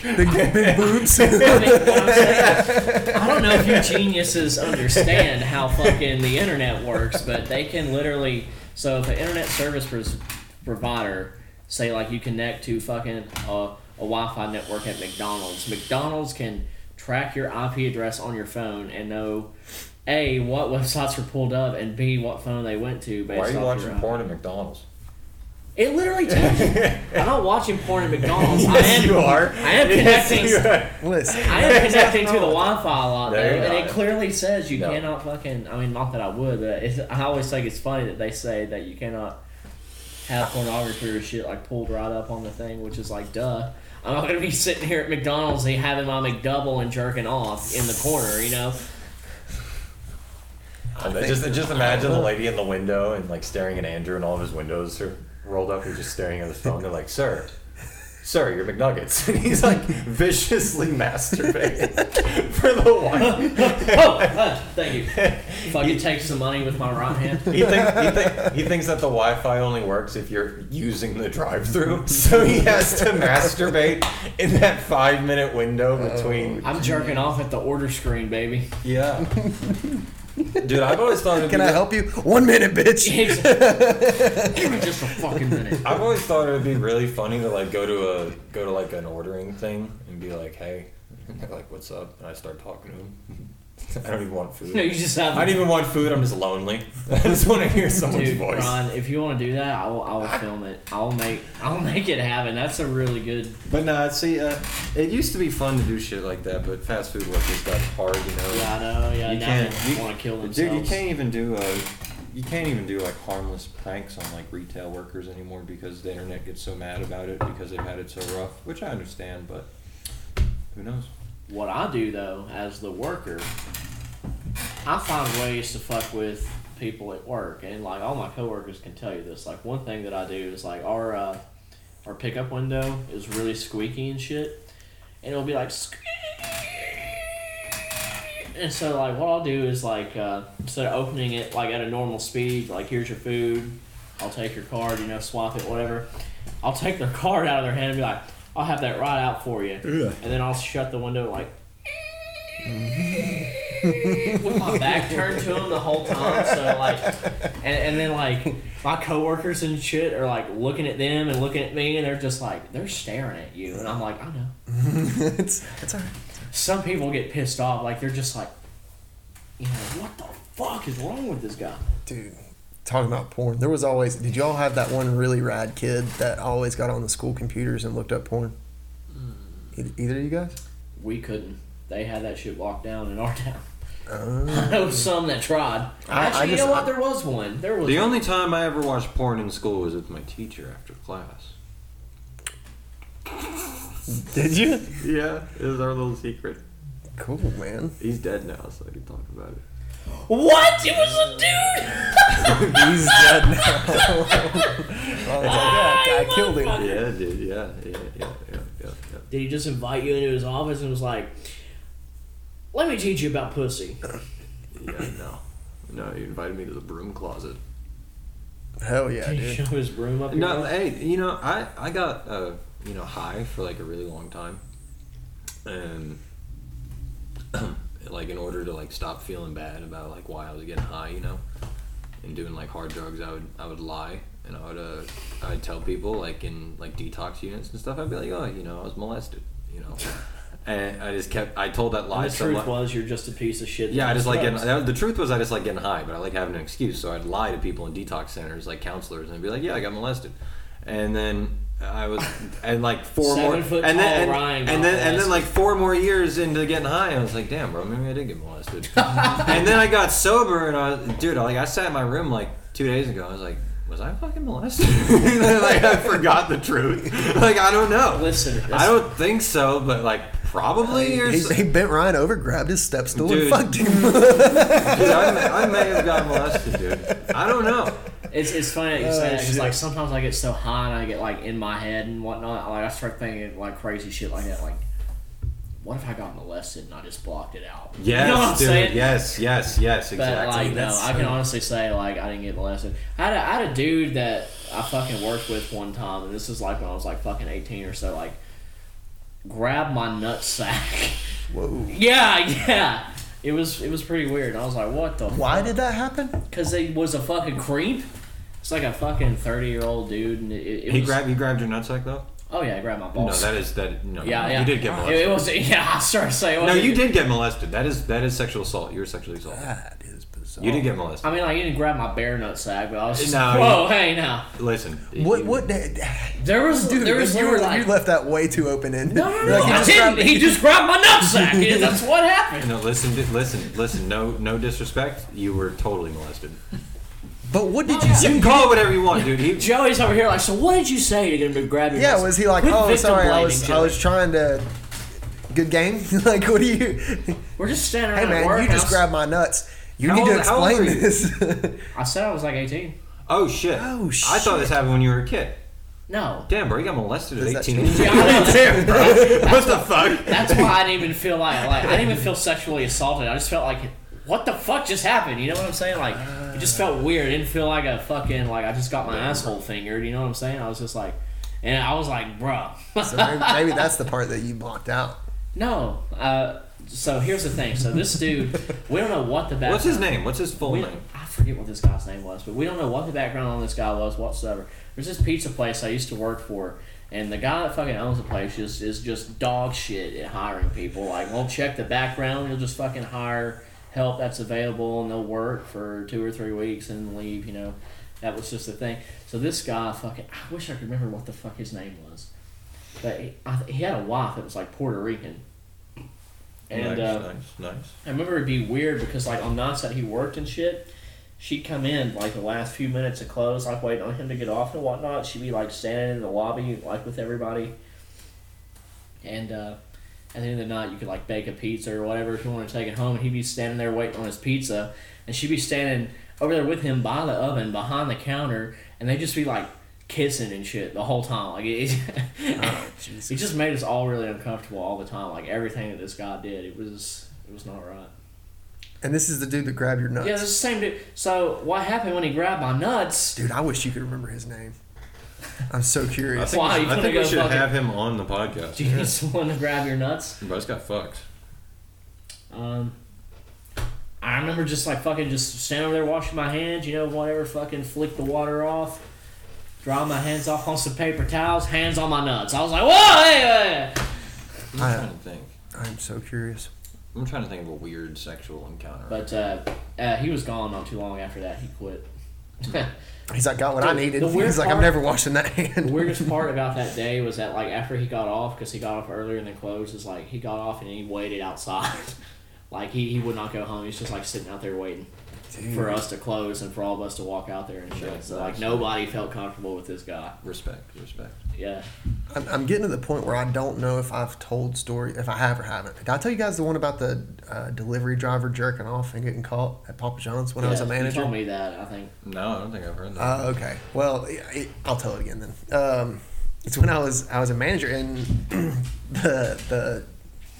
Speaker 1: Big, big boobs.
Speaker 3: I mean, what I'm saying- I don't know if you geniuses understand how fucking the internet works, but they can literally. So if an internet service pres- provider, say like you connect to fucking uh, a Wi-Fi network at McDonald's, McDonald's can track your IP address on your phone and know a what websites were pulled up and b what phone they went to. Based
Speaker 2: Why are you
Speaker 3: off
Speaker 2: watching
Speaker 3: your IP.
Speaker 2: porn at McDonald's?
Speaker 3: It literally tells you. I'm not watching porn at McDonald's. I am,
Speaker 2: are.
Speaker 3: I am connecting.
Speaker 1: Listen,
Speaker 3: I am connecting to the Wi-Fi a lot,
Speaker 2: No,
Speaker 3: though,
Speaker 2: you're
Speaker 3: and it
Speaker 2: not.
Speaker 3: clearly says you
Speaker 2: No.
Speaker 3: cannot fucking. I mean, not that I would, but it's, I always think it's funny that they say that you cannot have pornography or shit like pulled right up on the thing, which is like, duh. I'm not gonna be sitting here at McDonald's and having my McDouble and jerking off in the corner, you know?
Speaker 2: Just, just imagine the lady in the window and like staring at Andrew, and all of his windows are rolled up. He's just staring at his phone. They're like, "Sir, sir, your McNuggets." And he's like viciously masturbating for the wife.
Speaker 3: oh, uh, thank you. Fucking take some money with my right hand.
Speaker 2: He thinks he, think, he thinks that the Wi-Fi only works if you're using the drive-through, so he has to masturbate in that five-minute
Speaker 1: Oh.
Speaker 2: window between.
Speaker 3: I'm jerking off at the order screen, baby.
Speaker 2: Yeah, dude, I've always thought. it'd
Speaker 1: can
Speaker 2: be
Speaker 1: I
Speaker 2: the-
Speaker 1: help you? One minute, bitch.
Speaker 3: Give me just a fucking minute.
Speaker 2: I've always thought it would be really funny to like go to a go to like an ordering thing and be like, "Hey," and they're like, "What's up?" And I start talking to them. I don't even want food.
Speaker 3: No, you just have.
Speaker 2: I don't even want food. I'm just lonely. I just want to hear someone's
Speaker 3: Dude,
Speaker 2: voice.
Speaker 3: Ron, if you want to do that, I will, I will film it. I'll make I'll make it happen. That's a really good.
Speaker 2: But nah, see, uh, it used to be fun to do shit like that, but fast food workers got hard, you know.
Speaker 3: Yeah, I know. Yeah,
Speaker 2: You
Speaker 3: now
Speaker 2: can't.
Speaker 3: they want to kill themselves.
Speaker 2: Dude, you can't even do uh, you can't even do like harmless pranks on like retail workers anymore because the internet gets so mad about it because they've had it so rough, which I understand, but who knows?
Speaker 3: What I do though, as the worker, I find ways to fuck with people at work, and like all my coworkers can tell you this. Like one thing that I do is like our uh, our pickup window is really squeaky and shit, and it'll be like. squeak. And so, like, what I'll do is, like, uh, instead of opening it, like, at a normal speed, like, here's your food, I'll take your card, you know, swap it, whatever. I'll take their card out of their hand and be like, I'll have that right out for you. And then I'll shut the window, like, with my back turned to them the whole time. So, like, and, and then, like, my coworkers and shit are, like, looking at them and looking at me, and they're just like, they're staring at you. And I'm like, I know
Speaker 1: it's it's alright.
Speaker 3: some people get pissed off, like they're just like, you know, what the fuck is wrong with this guy?
Speaker 1: Dude, talking about porn, there was always. Did y'all have that one really rad kid that always got on the school computers and looked up porn?
Speaker 2: Mm.
Speaker 1: Either, either of you guys?
Speaker 3: We couldn't. They had that shit locked down in our town.
Speaker 1: Uh,
Speaker 3: I know some that tried.
Speaker 1: I- I
Speaker 3: Actually, you
Speaker 1: just-
Speaker 3: know what? There was one. There was
Speaker 2: The only time I ever watched porn in school was with my teacher after class.
Speaker 1: did you?
Speaker 2: Yeah, it was our little secret.
Speaker 1: Cool, man.
Speaker 2: He's dead now, so I can talk about it.
Speaker 3: what? It was a dude.
Speaker 1: He's dead now.
Speaker 2: Oh,
Speaker 1: I was like, yeah, I killed him.
Speaker 2: Yeah, dude. Yeah, yeah, yeah, yeah, yeah. yeah.
Speaker 3: Did he just invite you into his office and was like, "Let me teach you about pussy"?
Speaker 2: Yeah, no. No, he invited me to the broom closet.
Speaker 1: Hell yeah,
Speaker 3: Did he show
Speaker 1: dude.
Speaker 3: his broom up? your
Speaker 2: No,
Speaker 3: butt?
Speaker 2: hey, you know, I, I got, uh, you know, high for like a really long time. And, like, in order to, like, stop feeling bad about, like, why I was getting high, you know, and doing like hard drugs, I would I would lie and I would uh, I'd tell people like in like detox units and stuff. I'd be like, oh, you know, I was molested, you know, and I just kept I told that lie.
Speaker 4: And the
Speaker 2: so
Speaker 4: truth
Speaker 2: much-
Speaker 4: was, you're just a piece of shit. that
Speaker 2: yeah, I
Speaker 4: does
Speaker 2: just like getting,
Speaker 4: drugs.
Speaker 2: that- the truth was I just like getting high, but I like having an excuse. So I'd lie to people in detox centers, like counselors, and I'd be like, "Yeah, I got molested," and then I was and like four
Speaker 3: Seven
Speaker 2: more,
Speaker 3: foot
Speaker 2: and
Speaker 3: tall
Speaker 2: then and,
Speaker 3: Ryan got
Speaker 2: and then and
Speaker 3: molested.
Speaker 2: then like four more years into getting high, I was like, "Damn, bro, maybe I did get molested." and then I got sober, and I was, dude, I, like I sat in my room like two days ago. I was like. Was I fucking molested? like I forgot the truth. Like I don't know.
Speaker 3: Listen,
Speaker 2: I don't think so, but like probably or
Speaker 1: He,
Speaker 2: so-
Speaker 1: he bent Ryan over, grabbed his step stool,
Speaker 2: Dude.
Speaker 1: and fucked him.
Speaker 2: Dude, I, may, I may have gotten molested, dude. I don't know.
Speaker 3: It's, it's funny that you say
Speaker 1: Oh,
Speaker 3: that 'cause,
Speaker 1: shit.
Speaker 3: like sometimes I get so high and I get like in my head and whatnot. Like I start thinking like crazy shit like that. Like, what if I got molested and I just blocked it out?
Speaker 2: Yes,
Speaker 3: you know what I'm
Speaker 2: dude.
Speaker 3: saying?
Speaker 2: Yes, yes, yes,
Speaker 3: But
Speaker 2: exactly.
Speaker 3: like no, I can honestly say like I didn't get molested. I had, a, I had a dude that I fucking worked with one time, and this was like when I was like fucking eighteen or so. Like, grab my nut sack.
Speaker 1: Whoa.
Speaker 3: yeah, yeah. It was it was pretty weird. I was like, what the?
Speaker 1: Why did that happen?
Speaker 3: Because he was a fucking creep. It's like a fucking thirty year old dude, and it, it
Speaker 2: he
Speaker 3: was,
Speaker 2: grabbed, you grabbed your nutsack though.
Speaker 3: Oh yeah, I grabbed my
Speaker 2: No,
Speaker 3: balls.
Speaker 2: that is that. No,
Speaker 3: yeah, yeah.
Speaker 2: you did get
Speaker 3: It-
Speaker 2: molested.
Speaker 3: It, was yeah. I started saying.
Speaker 2: no, you did get molested. That is that is sexual assault. You were sexually assaulted.
Speaker 3: Ah,
Speaker 1: That is bizarre.
Speaker 3: oh.
Speaker 2: You did get molested.
Speaker 3: I mean, like you didn't grab my bare nut sack, but I was just
Speaker 2: No,
Speaker 3: like,
Speaker 2: you-
Speaker 3: whoa, hey, now
Speaker 2: Listen.
Speaker 1: What?
Speaker 2: you-
Speaker 1: What? Dude,
Speaker 3: there was there was
Speaker 1: you,
Speaker 3: you were like.
Speaker 1: you left that way too open ended.
Speaker 3: No, no, no, I didn't. He just grabbed my nutsack. Yeah, That's what happened.
Speaker 2: No, listen, di- listen, listen. No, no disrespect. You were totally molested.
Speaker 1: But what
Speaker 3: Oh,
Speaker 1: did you
Speaker 2: You
Speaker 1: say?
Speaker 2: can call it whatever you want, dude. He,
Speaker 3: Joey's over here like, so what did you say to get him to grab your
Speaker 1: Yeah,
Speaker 3: nutsack?"
Speaker 1: was he like,
Speaker 3: Quit
Speaker 1: oh,
Speaker 3: victim
Speaker 1: sorry, I was,
Speaker 3: blaming,
Speaker 1: I
Speaker 3: Joey.
Speaker 1: was trying to. Good game? like, what do you.
Speaker 3: We're just standing
Speaker 1: Hey,
Speaker 3: around at
Speaker 1: man, you just
Speaker 3: Warehouse.
Speaker 1: grabbed my nuts. You
Speaker 2: How
Speaker 1: need to
Speaker 2: old- how old
Speaker 1: explain
Speaker 2: were you?
Speaker 1: this.
Speaker 3: I said I was like 18.
Speaker 2: oh shit.
Speaker 1: Oh,
Speaker 2: I thought this happened when you were a kid.
Speaker 3: No.
Speaker 2: Damn, bro, you got molested
Speaker 1: Does
Speaker 2: at
Speaker 1: that
Speaker 2: eighteen.
Speaker 1: change-
Speaker 3: Yeah, I know.
Speaker 2: Damn, bro. What the fuck?
Speaker 3: That's why I didn't even feel like, like I didn't even feel sexually assaulted. I just felt like, what the fuck just happened? You know what I'm saying? Like, it just felt weird. It didn't feel like a fucking like I just got my asshole fingered. You know what I'm saying? I was just like, and I was like, bruh.
Speaker 1: so maybe, maybe that's the part that you blocked out.
Speaker 3: No. Uh, so here's the thing. So this dude, we don't know what the background.
Speaker 2: What's his name? What's his full
Speaker 3: We,
Speaker 2: name?
Speaker 3: I forget what this guy's name was, but we don't know what the background on this guy was whatsoever. There's this pizza place I used to work for, and the guy that fucking owns the place is, is just dog shit at hiring people. Like, won't check the background, he'll just fucking hire help that's available, and they'll work for two or three weeks and leave, you know. That was just the thing. So this guy fucking, I wish I could remember what the fuck his name was. But he, I, he had a wife that was like Puerto Rican. And,
Speaker 2: nice,
Speaker 3: uh,
Speaker 2: nice, nice.
Speaker 3: I remember it'd be weird because like on nights that he worked and shit, she'd come in like the last few minutes of close, like waiting on him to get off and whatnot. She'd be like standing in the lobby, like with everybody. And uh, at the end of the night, you could like bake a pizza or whatever if you want to take it home, and he'd be standing there waiting on his pizza, and she'd be standing over there with him by the oven behind the counter, and they'd just be like kissing and shit the whole time. Like it, it just made us all really uncomfortable all the time. Like everything that this guy did, it was it was not right.
Speaker 1: And this is the dude that grabbed your nuts.
Speaker 3: Yeah, it's the same dude. So what happened when he grabbed my nuts?
Speaker 1: Dude, I wish you could remember his name. I'm so
Speaker 2: I
Speaker 1: curious.
Speaker 2: think,
Speaker 3: Why? You
Speaker 2: I
Speaker 3: couldn't
Speaker 2: think we
Speaker 3: go
Speaker 2: should
Speaker 3: fucking-
Speaker 2: have him on the podcast.
Speaker 3: Do you need someone to grab your nuts?
Speaker 2: Buzz got fucked.
Speaker 3: Um, I remember just like fucking just standing over there washing my hands, you know, whatever. Fucking flick the water off, dry my hands off on some paper towels, hands on my nuts. I was like, whoa, hey, hey, hey."
Speaker 2: I'm
Speaker 1: I-
Speaker 2: trying to think.
Speaker 1: I'm so curious.
Speaker 2: I'm trying to think of a weird sexual encounter.
Speaker 3: But uh, uh, he was gone not too long after that. He quit.
Speaker 1: He's like, got what I
Speaker 3: Dude,
Speaker 1: needed.
Speaker 3: the weird
Speaker 1: He's like, I'm
Speaker 3: part-
Speaker 1: never washing that
Speaker 3: The
Speaker 1: hand.
Speaker 3: weirdest part about that day was that like after he got off, because he got off earlier than closed, is like he got off and he waited outside. like he, he would not go home. He was just like sitting out there waiting for us to close and for all of us to walk out there and shit. So like nobody felt comfortable with this guy.
Speaker 2: respect, respect.
Speaker 3: Yeah.
Speaker 1: I'm, I'm getting to the point where I don't know if I've told story, if I have or haven't. Did I tell you guys the one about the uh, delivery driver jerking off and getting caught at Papa John's when I was
Speaker 3: Yeah,
Speaker 1: a
Speaker 3: You told
Speaker 1: manager?
Speaker 3: me that I think.
Speaker 2: No, I don't think I've heard that.
Speaker 1: Uh, okay. Well, it, it- I'll tell it again then. Um, it's when I was I was a manager and the the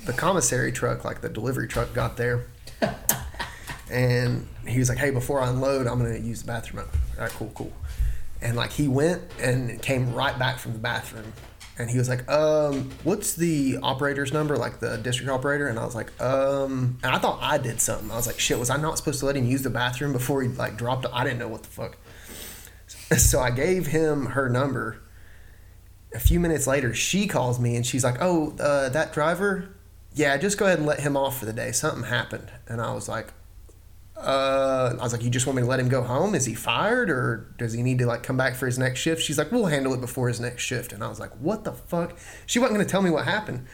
Speaker 1: the commissary truck, like the delivery truck, got there, and he was like, "Hey, before I unload, I'm gonna use the bathroom." I'm like, All right, cool, cool. And like he went and came right back from the bathroom, and he was like, um, what's the operator's number, like the district operator? And I was like, um, and I thought I did something. I was like, shit, was I not supposed to let him use the bathroom before he like dropped? I didn't know what the fuck. So I gave him her number. A few minutes later, she calls me and she's like, oh, uh, that driver, yeah, just go ahead and let him off for the day. Something happened. And I was like, uh, I was like, you just want me to let him go home? Is he fired or does he need to like come back for his next shift? She's like, we'll handle it before his next shift. And I was like, what the fuck? She wasn't going to tell me what happened.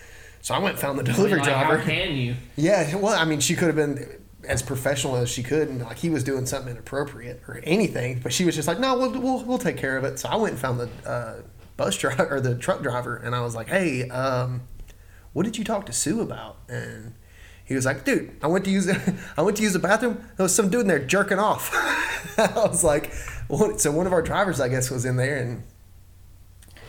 Speaker 1: So I went and found the delivery
Speaker 3: like,
Speaker 1: driver.
Speaker 3: How can you?
Speaker 1: Yeah, well, I mean, she could have been as professional as she could, and like he was doing something inappropriate or anything, but she was just like, "No, we'll we'll, we'll take care of it." So I went and found the uh, bus driver or the truck driver, and I was like, "Hey, um, what did you talk to Sue about?" And he was like, "Dude, I went to use I went to use the bathroom. There was some dude in there jerking off." I was like, "What?" So one of our drivers, I guess, was in there and.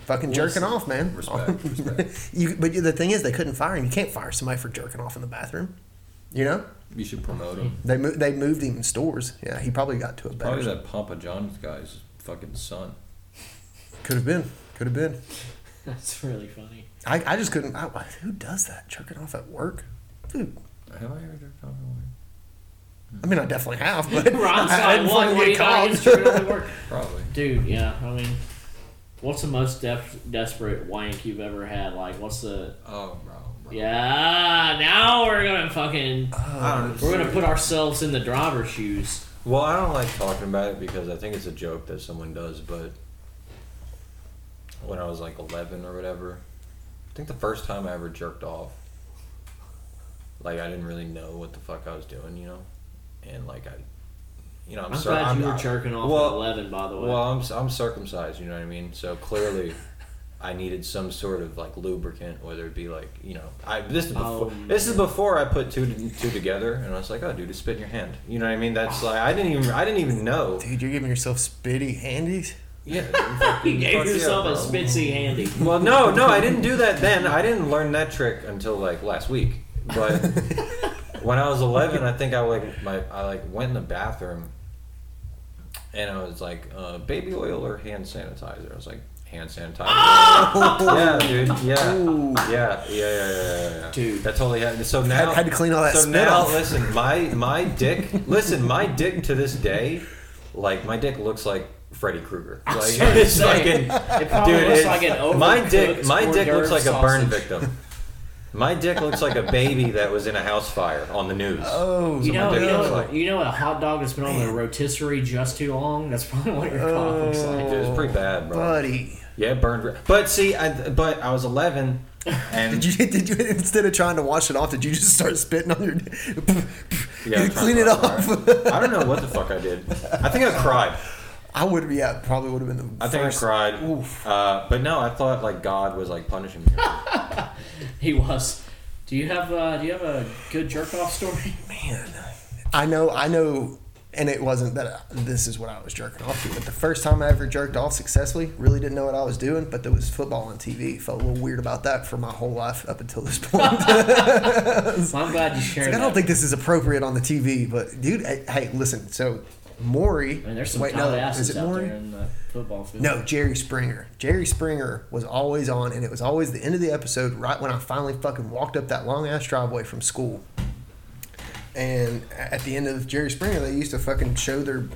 Speaker 1: Fucking jerking
Speaker 2: Listen,
Speaker 1: off, man.
Speaker 2: respect, respect.
Speaker 1: you, but the thing is, they couldn't fire him. You can't fire somebody for jerking off in the bathroom. You know,
Speaker 2: You should promote him.
Speaker 1: they mo- they moved him in stores. Yeah, he probably got to a better.
Speaker 2: Probably that Papa John's guy's fucking son.
Speaker 1: Could have been. Could have been.
Speaker 3: That's really funny.
Speaker 1: I, I just couldn't. I, who does that? Jerking off at work, dude.
Speaker 2: Have I ever jerked off at work?
Speaker 1: I mean, I definitely have, but
Speaker 3: Ron's
Speaker 1: I, I didn't fucking
Speaker 3: like, what? What
Speaker 1: get
Speaker 3: do you not
Speaker 1: caught.
Speaker 3: get screwed up at work?
Speaker 2: Probably.
Speaker 3: Dude, yeah. I mean, what's the most def- desperate wank you've ever had? Like, what's the?
Speaker 2: Oh, bro. bro.
Speaker 3: Yeah, now we're gonna fucking.
Speaker 2: I
Speaker 1: Oh,
Speaker 2: don't know.
Speaker 3: We're gonna put ourselves in the driver's shoes.
Speaker 2: Well, I don't like talking about it because I think it's a joke that someone does, but when I was like 11 or whatever, I think the first time I ever jerked off, like I didn't really know what the fuck I was doing, you know? And like I, you know, I'm,
Speaker 3: I'm
Speaker 2: sorry.
Speaker 3: glad
Speaker 2: I'm,
Speaker 3: you were
Speaker 2: I-
Speaker 3: jerking off
Speaker 2: well,
Speaker 3: at 11, by the way.
Speaker 2: Well, I'm, I'm circumcised, you know what I mean? So clearly, I needed some sort of like lubricant, whether it be like, you know, I this is
Speaker 3: Oh,
Speaker 2: before, this is before I put two to- two together, and I was like, oh, dude, it's spit in your hand. You know what I mean? That's like I didn't even I didn't even know.
Speaker 1: Dude, you're giving yourself spitty handies.
Speaker 2: Yeah,
Speaker 3: you
Speaker 2: fuck
Speaker 3: gave
Speaker 2: yeah,
Speaker 3: yourself
Speaker 2: bro.
Speaker 3: a spitzy handy.
Speaker 2: Well, no, no, I didn't do that then. I didn't learn that trick until like last week. But when I was 11, I think I like my I like went in the bathroom, and I was like, uh, baby oil or hand sanitizer. I was like, hand sanitizer. yeah, dude. Yeah. yeah, yeah, yeah, yeah, yeah, yeah.
Speaker 3: Dude.
Speaker 2: that's all he had. So now
Speaker 1: had to clean all that
Speaker 2: So
Speaker 1: spit
Speaker 2: now,
Speaker 1: off.
Speaker 2: listen, my my dick. listen, my dick to this day, like my dick looks like Freddy Krueger. Like
Speaker 3: started
Speaker 2: it's
Speaker 3: saying,
Speaker 2: fucking.
Speaker 3: It probably
Speaker 2: Dude,
Speaker 3: looks
Speaker 2: it's-
Speaker 3: like an
Speaker 2: my
Speaker 3: overcooked
Speaker 2: dick, my
Speaker 3: hors
Speaker 2: dick looks like
Speaker 3: d'oeuvre
Speaker 2: a burn
Speaker 3: sausage.
Speaker 2: victim. My dick looks like a baby that was in a house fire on the news.
Speaker 1: Oh,
Speaker 3: You know,
Speaker 2: dick
Speaker 3: you
Speaker 2: looks
Speaker 3: know,
Speaker 2: like-
Speaker 3: you know, a hot dog that's been on the rotisserie just too long. That's probably what your cock looks like.
Speaker 2: Dude, it's pretty bad, bro.
Speaker 1: buddy.
Speaker 2: yeah, it burned. re- But see, I, but I was 11, and
Speaker 1: Did you, did you instead of trying to wash it off, did you just start spitting on your?
Speaker 2: yeah, I'm trying
Speaker 1: clean
Speaker 2: to
Speaker 1: it
Speaker 2: laugh,
Speaker 1: off.
Speaker 2: alright. I don't know what the fuck I did. I think I cried.
Speaker 1: I would be. Yeah, probably would have been the.
Speaker 2: I think I
Speaker 1: first-
Speaker 2: cried.
Speaker 1: Oof.
Speaker 2: Uh, but no, I thought like God was like punishing me. Uh.
Speaker 3: He was. Do you have uh, do you have a good jerk off story?
Speaker 1: Man, I know, I know, and it wasn't that uh, this is what I was jerking off to, but the first time I ever jerked off successfully, really didn't know what I was doing, but there was football on TV. Felt a little weird about that for my whole life up until this point. Like,
Speaker 3: Well, I'm glad you shared.
Speaker 1: I don't
Speaker 3: that.
Speaker 1: think this is appropriate on the TV, but dude, hey, hey, listen, so Maury.
Speaker 3: I mean, there's some
Speaker 1: wait,
Speaker 3: tight
Speaker 1: no,
Speaker 3: asses
Speaker 1: is it
Speaker 3: out
Speaker 1: Maury?
Speaker 3: there in the football field.
Speaker 1: No, Jerry Springer. Jerry Springer was always on, and it was always the end of the episode, right when I finally fucking walked up that long ass driveway from school. And at the end of Jerry Springer, they used to fucking show their,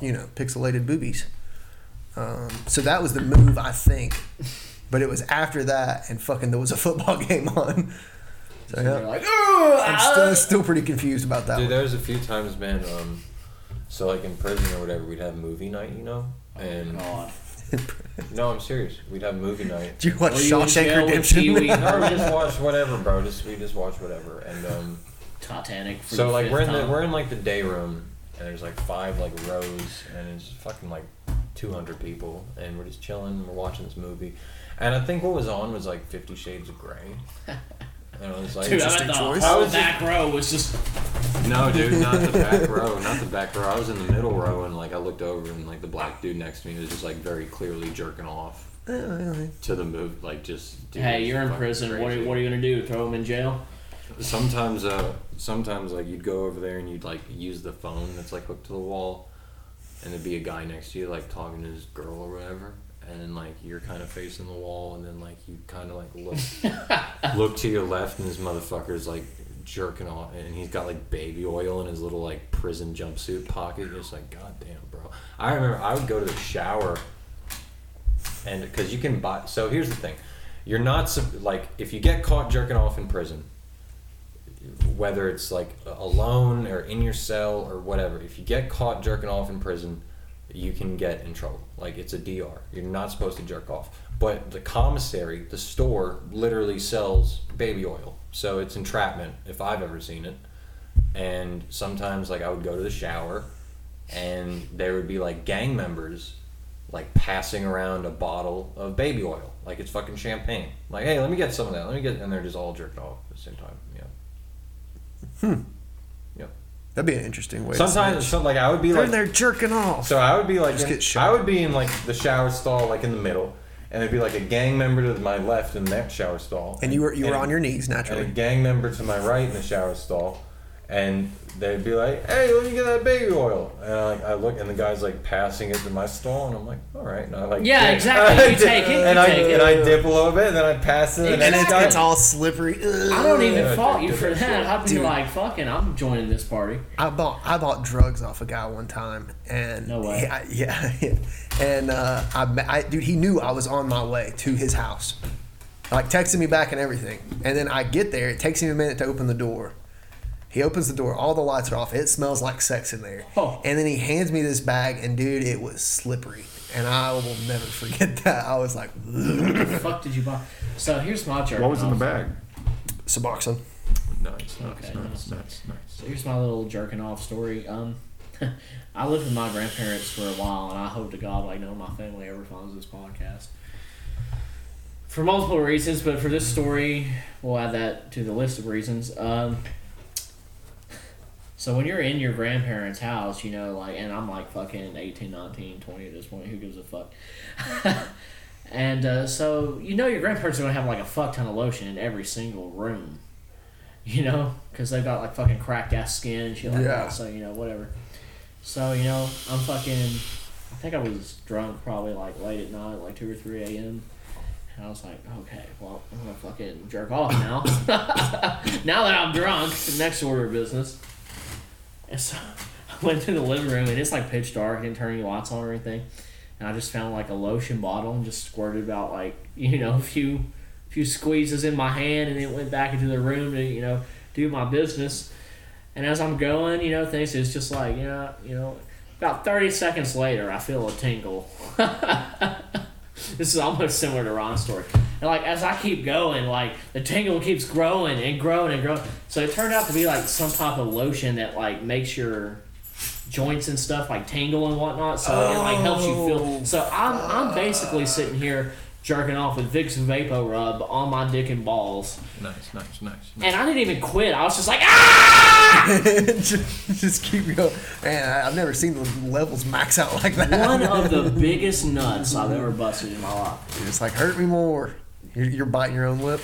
Speaker 1: you know, pixelated boobies. Um, so that was the move, I think. But it was after that, and fucking there was a football game on. So
Speaker 3: And They're
Speaker 1: yeah,
Speaker 3: like, "Ugh,
Speaker 1: I'm
Speaker 3: ah."
Speaker 1: still, still pretty confused about that.
Speaker 2: Dude,
Speaker 1: One.
Speaker 2: there was a few times, man. Um, so like in prison or whatever, we'd have movie night, you know. And
Speaker 1: Oh.
Speaker 3: God.
Speaker 2: no, I'm serious. We'd have movie night.
Speaker 1: Did you watch
Speaker 3: Were you in
Speaker 1: Shawshank
Speaker 3: jail with
Speaker 1: Redemption?
Speaker 2: No, we
Speaker 3: Pee-wee
Speaker 2: just
Speaker 3: Herman?
Speaker 2: watch whatever, bro. Just we just watch whatever. And um,
Speaker 3: Titanic. For
Speaker 2: so
Speaker 3: the
Speaker 2: like
Speaker 3: fifth
Speaker 2: we're in the
Speaker 3: time.
Speaker 2: we're in like the day room, and there's like five like rows, and it's fucking like 200 people, and we're just chilling. and We're watching this movie, and I think what was on was like Fifty Shades of Grey. And I was like,
Speaker 3: Dude, I
Speaker 1: Interesting
Speaker 3: thought the
Speaker 1: choice.
Speaker 2: I
Speaker 3: whole
Speaker 2: was
Speaker 3: back row was just.
Speaker 2: No, dude, not the back row, not the back row. I was in the middle row, and like I looked over, and like the black dude next to me was just like very clearly jerking off to the move, like just. Dude,
Speaker 3: Oh, hey,
Speaker 2: it's
Speaker 3: you're in
Speaker 2: fucking
Speaker 3: prison. What are,
Speaker 2: crazy.
Speaker 3: what are you gonna do? Throw him in jail?
Speaker 2: Sometimes, uh, sometimes like you'd go over there and you'd like use the phone that's like hooked to the wall, and there'd be a guy next to you like talking to his girl or whatever, and then like you're kind of facing the wall, and then like you kind of like look look to your left, and this motherfucker's like jerking off, and he's got like baby oil in his little like prison jumpsuit pocket. You're just like, God damn, bro. I remember I would go to the shower, and because you can buy. So here's the thing, you're not sup- like if you get caught jerking off in prison, whether it's like alone or in your cell or whatever, if you get caught jerking off in prison, you can get in trouble. Like it's a DR. You're not supposed to jerk off. But the commissary, the store, literally sells baby oil. So it's entrapment if I've ever seen it. And sometimes like I would go to the shower and there would be like gang members like passing around a bottle of baby oil. Like it's fucking champagne. Like, hey, let me get some of that. Let me get and they're just all jerking off at the same time. Yeah.
Speaker 1: That'd be an interesting way.
Speaker 2: Sometimes,
Speaker 1: to
Speaker 2: so, like I would be
Speaker 1: they're
Speaker 2: like,
Speaker 1: in there jerking off.
Speaker 2: so I would be like,
Speaker 1: Just
Speaker 2: in-
Speaker 1: get shot.
Speaker 2: I would be in like the shower stall, like in the middle, and there'd be like a gang member to my left in that shower stall,
Speaker 1: and you were you were on your knees
Speaker 2: and a
Speaker 1: naturally.
Speaker 2: gang member to my right in the shower stall, and they'd be like, "Hey, let me get that baby oil," and I, like I look, and the guy's like passing it to my stall, and I'm like, "All right," and I like,
Speaker 3: Yeah,
Speaker 2: dip.
Speaker 3: exactly. You
Speaker 2: I dip-
Speaker 3: take it, you
Speaker 2: and I
Speaker 3: take it.
Speaker 2: and I dip a little bit, and then I pass it,
Speaker 1: and it's,
Speaker 2: it's
Speaker 1: it's all slippery. Ugh.
Speaker 3: I don't
Speaker 2: Yeah,
Speaker 3: even fault
Speaker 2: dude,
Speaker 3: you for
Speaker 2: different
Speaker 3: that.
Speaker 2: shit.
Speaker 3: I'd be
Speaker 1: Dude.
Speaker 3: like, fucking, I'm joining this party.
Speaker 1: I bought I bought drugs off a guy one time, and
Speaker 3: No way.
Speaker 1: Yeah, yeah, yeah. and uh, I, ma- I, dude, he knew I was on my way to his house, like texting me back and everything. And then I get there, it takes him a minute to open the door. He opens the door, all the lights are off. It smells like sex in there.
Speaker 3: Oh.
Speaker 1: And then he hands me this bag, and dude, it was slippery, and I will never forget that. I was like,
Speaker 3: What the fuck did you buy? So here's my jerk.
Speaker 4: What was in the
Speaker 3: off.
Speaker 4: bag?
Speaker 1: Suboxone.
Speaker 2: nice, nice,
Speaker 3: Okay.
Speaker 2: nice, nice, nice.
Speaker 3: Here's my little jerking off story. Um, I lived with my grandparents for a while, and I hope to God, like, none of my family ever finds this podcast. For multiple reasons, but for this story, we'll add that to the list of reasons. Um, so when you're in your grandparents' house, you know, like, and I'm like fucking 18, 19, 20 at this point, who gives a fuck? and uh, so, you know, your grandparents are going to have like a fuck ton of lotion in every single room you know, because they've got like fucking cracked ass skin and shit like
Speaker 1: Yeah.
Speaker 3: that. So you know, whatever. So you know, I'm fucking. I think I was drunk probably like late at night, like two or three a.m. And I was like, okay, well, I'm gonna fucking jerk off now. now that I'm drunk, the next order of business. And so I went to the living room and it's like pitch dark. I didn't turn any lights on or anything. And I just found like a lotion bottle and just squirted about like you know a few few squeezes in my hand and then went back into the room to you know do my business. And as I'm going, you know, things it's just like you know, you know, about thirty seconds later, I feel a tingle. this is almost similar to Ron's story. And like as I keep going, like the tingle keeps growing and growing and growing. So it turned out to be like some type of lotion that like makes your joints and stuff like tingle and whatnot. So it like helps you feel. So I'm I'm basically sitting here jerking off with Vicks Vapo Rub on my dick and balls,
Speaker 2: Nice, nice, nice, nice.
Speaker 3: and I didn't even quit. I was just like ah.
Speaker 1: just, just keep going, man. I, I've never seen the levels max out like that.
Speaker 3: One of the biggest nuts I've ever busted in my life.
Speaker 1: It's like hurt me more. You're, you're biting your own lip.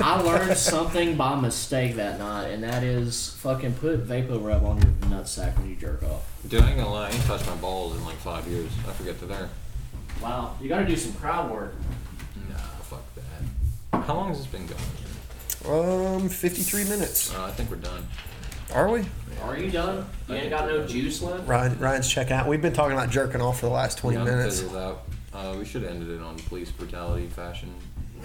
Speaker 3: I learned something by mistake that night, and that is fucking put Vapo Rub on your nutsack when you jerk off.
Speaker 2: Dude, I ain't gonna lie, I ain't touched my balls in like five years. I forget they're there.
Speaker 3: Wow, you gotta do some crowd work.
Speaker 2: Nah, fuck that. How long has this been going?
Speaker 1: Um, 53 minutes.
Speaker 2: Uh, I think we're done.
Speaker 1: Are we?
Speaker 3: Are you done? You ain't got no juice left?
Speaker 1: Ryan, Ryan's checking out. We've been talking about jerking off for the last 20
Speaker 2: Young
Speaker 1: minutes.
Speaker 2: fizzles out. Uh, we should have ended it on police brutality fashion.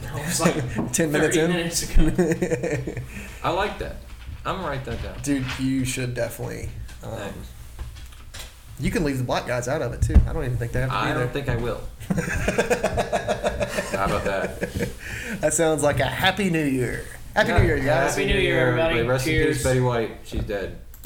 Speaker 3: No, it's like
Speaker 1: 10 minutes
Speaker 3: 30
Speaker 1: in.
Speaker 3: minutes ago.
Speaker 2: I like that. I'm gonna write that down.
Speaker 1: Dude, you should definitely. Um,
Speaker 2: Thanks.
Speaker 1: you can leave the black guys out of it too. I don't even think they have to
Speaker 2: I
Speaker 1: be
Speaker 2: don't
Speaker 1: there.
Speaker 2: think I will. How about that?
Speaker 1: that sounds like a happy new year. Happy new year, guys.
Speaker 3: Happy New Year, everybody.
Speaker 2: Rest in
Speaker 3: Cheers.
Speaker 2: peace, Betty White. She's dead.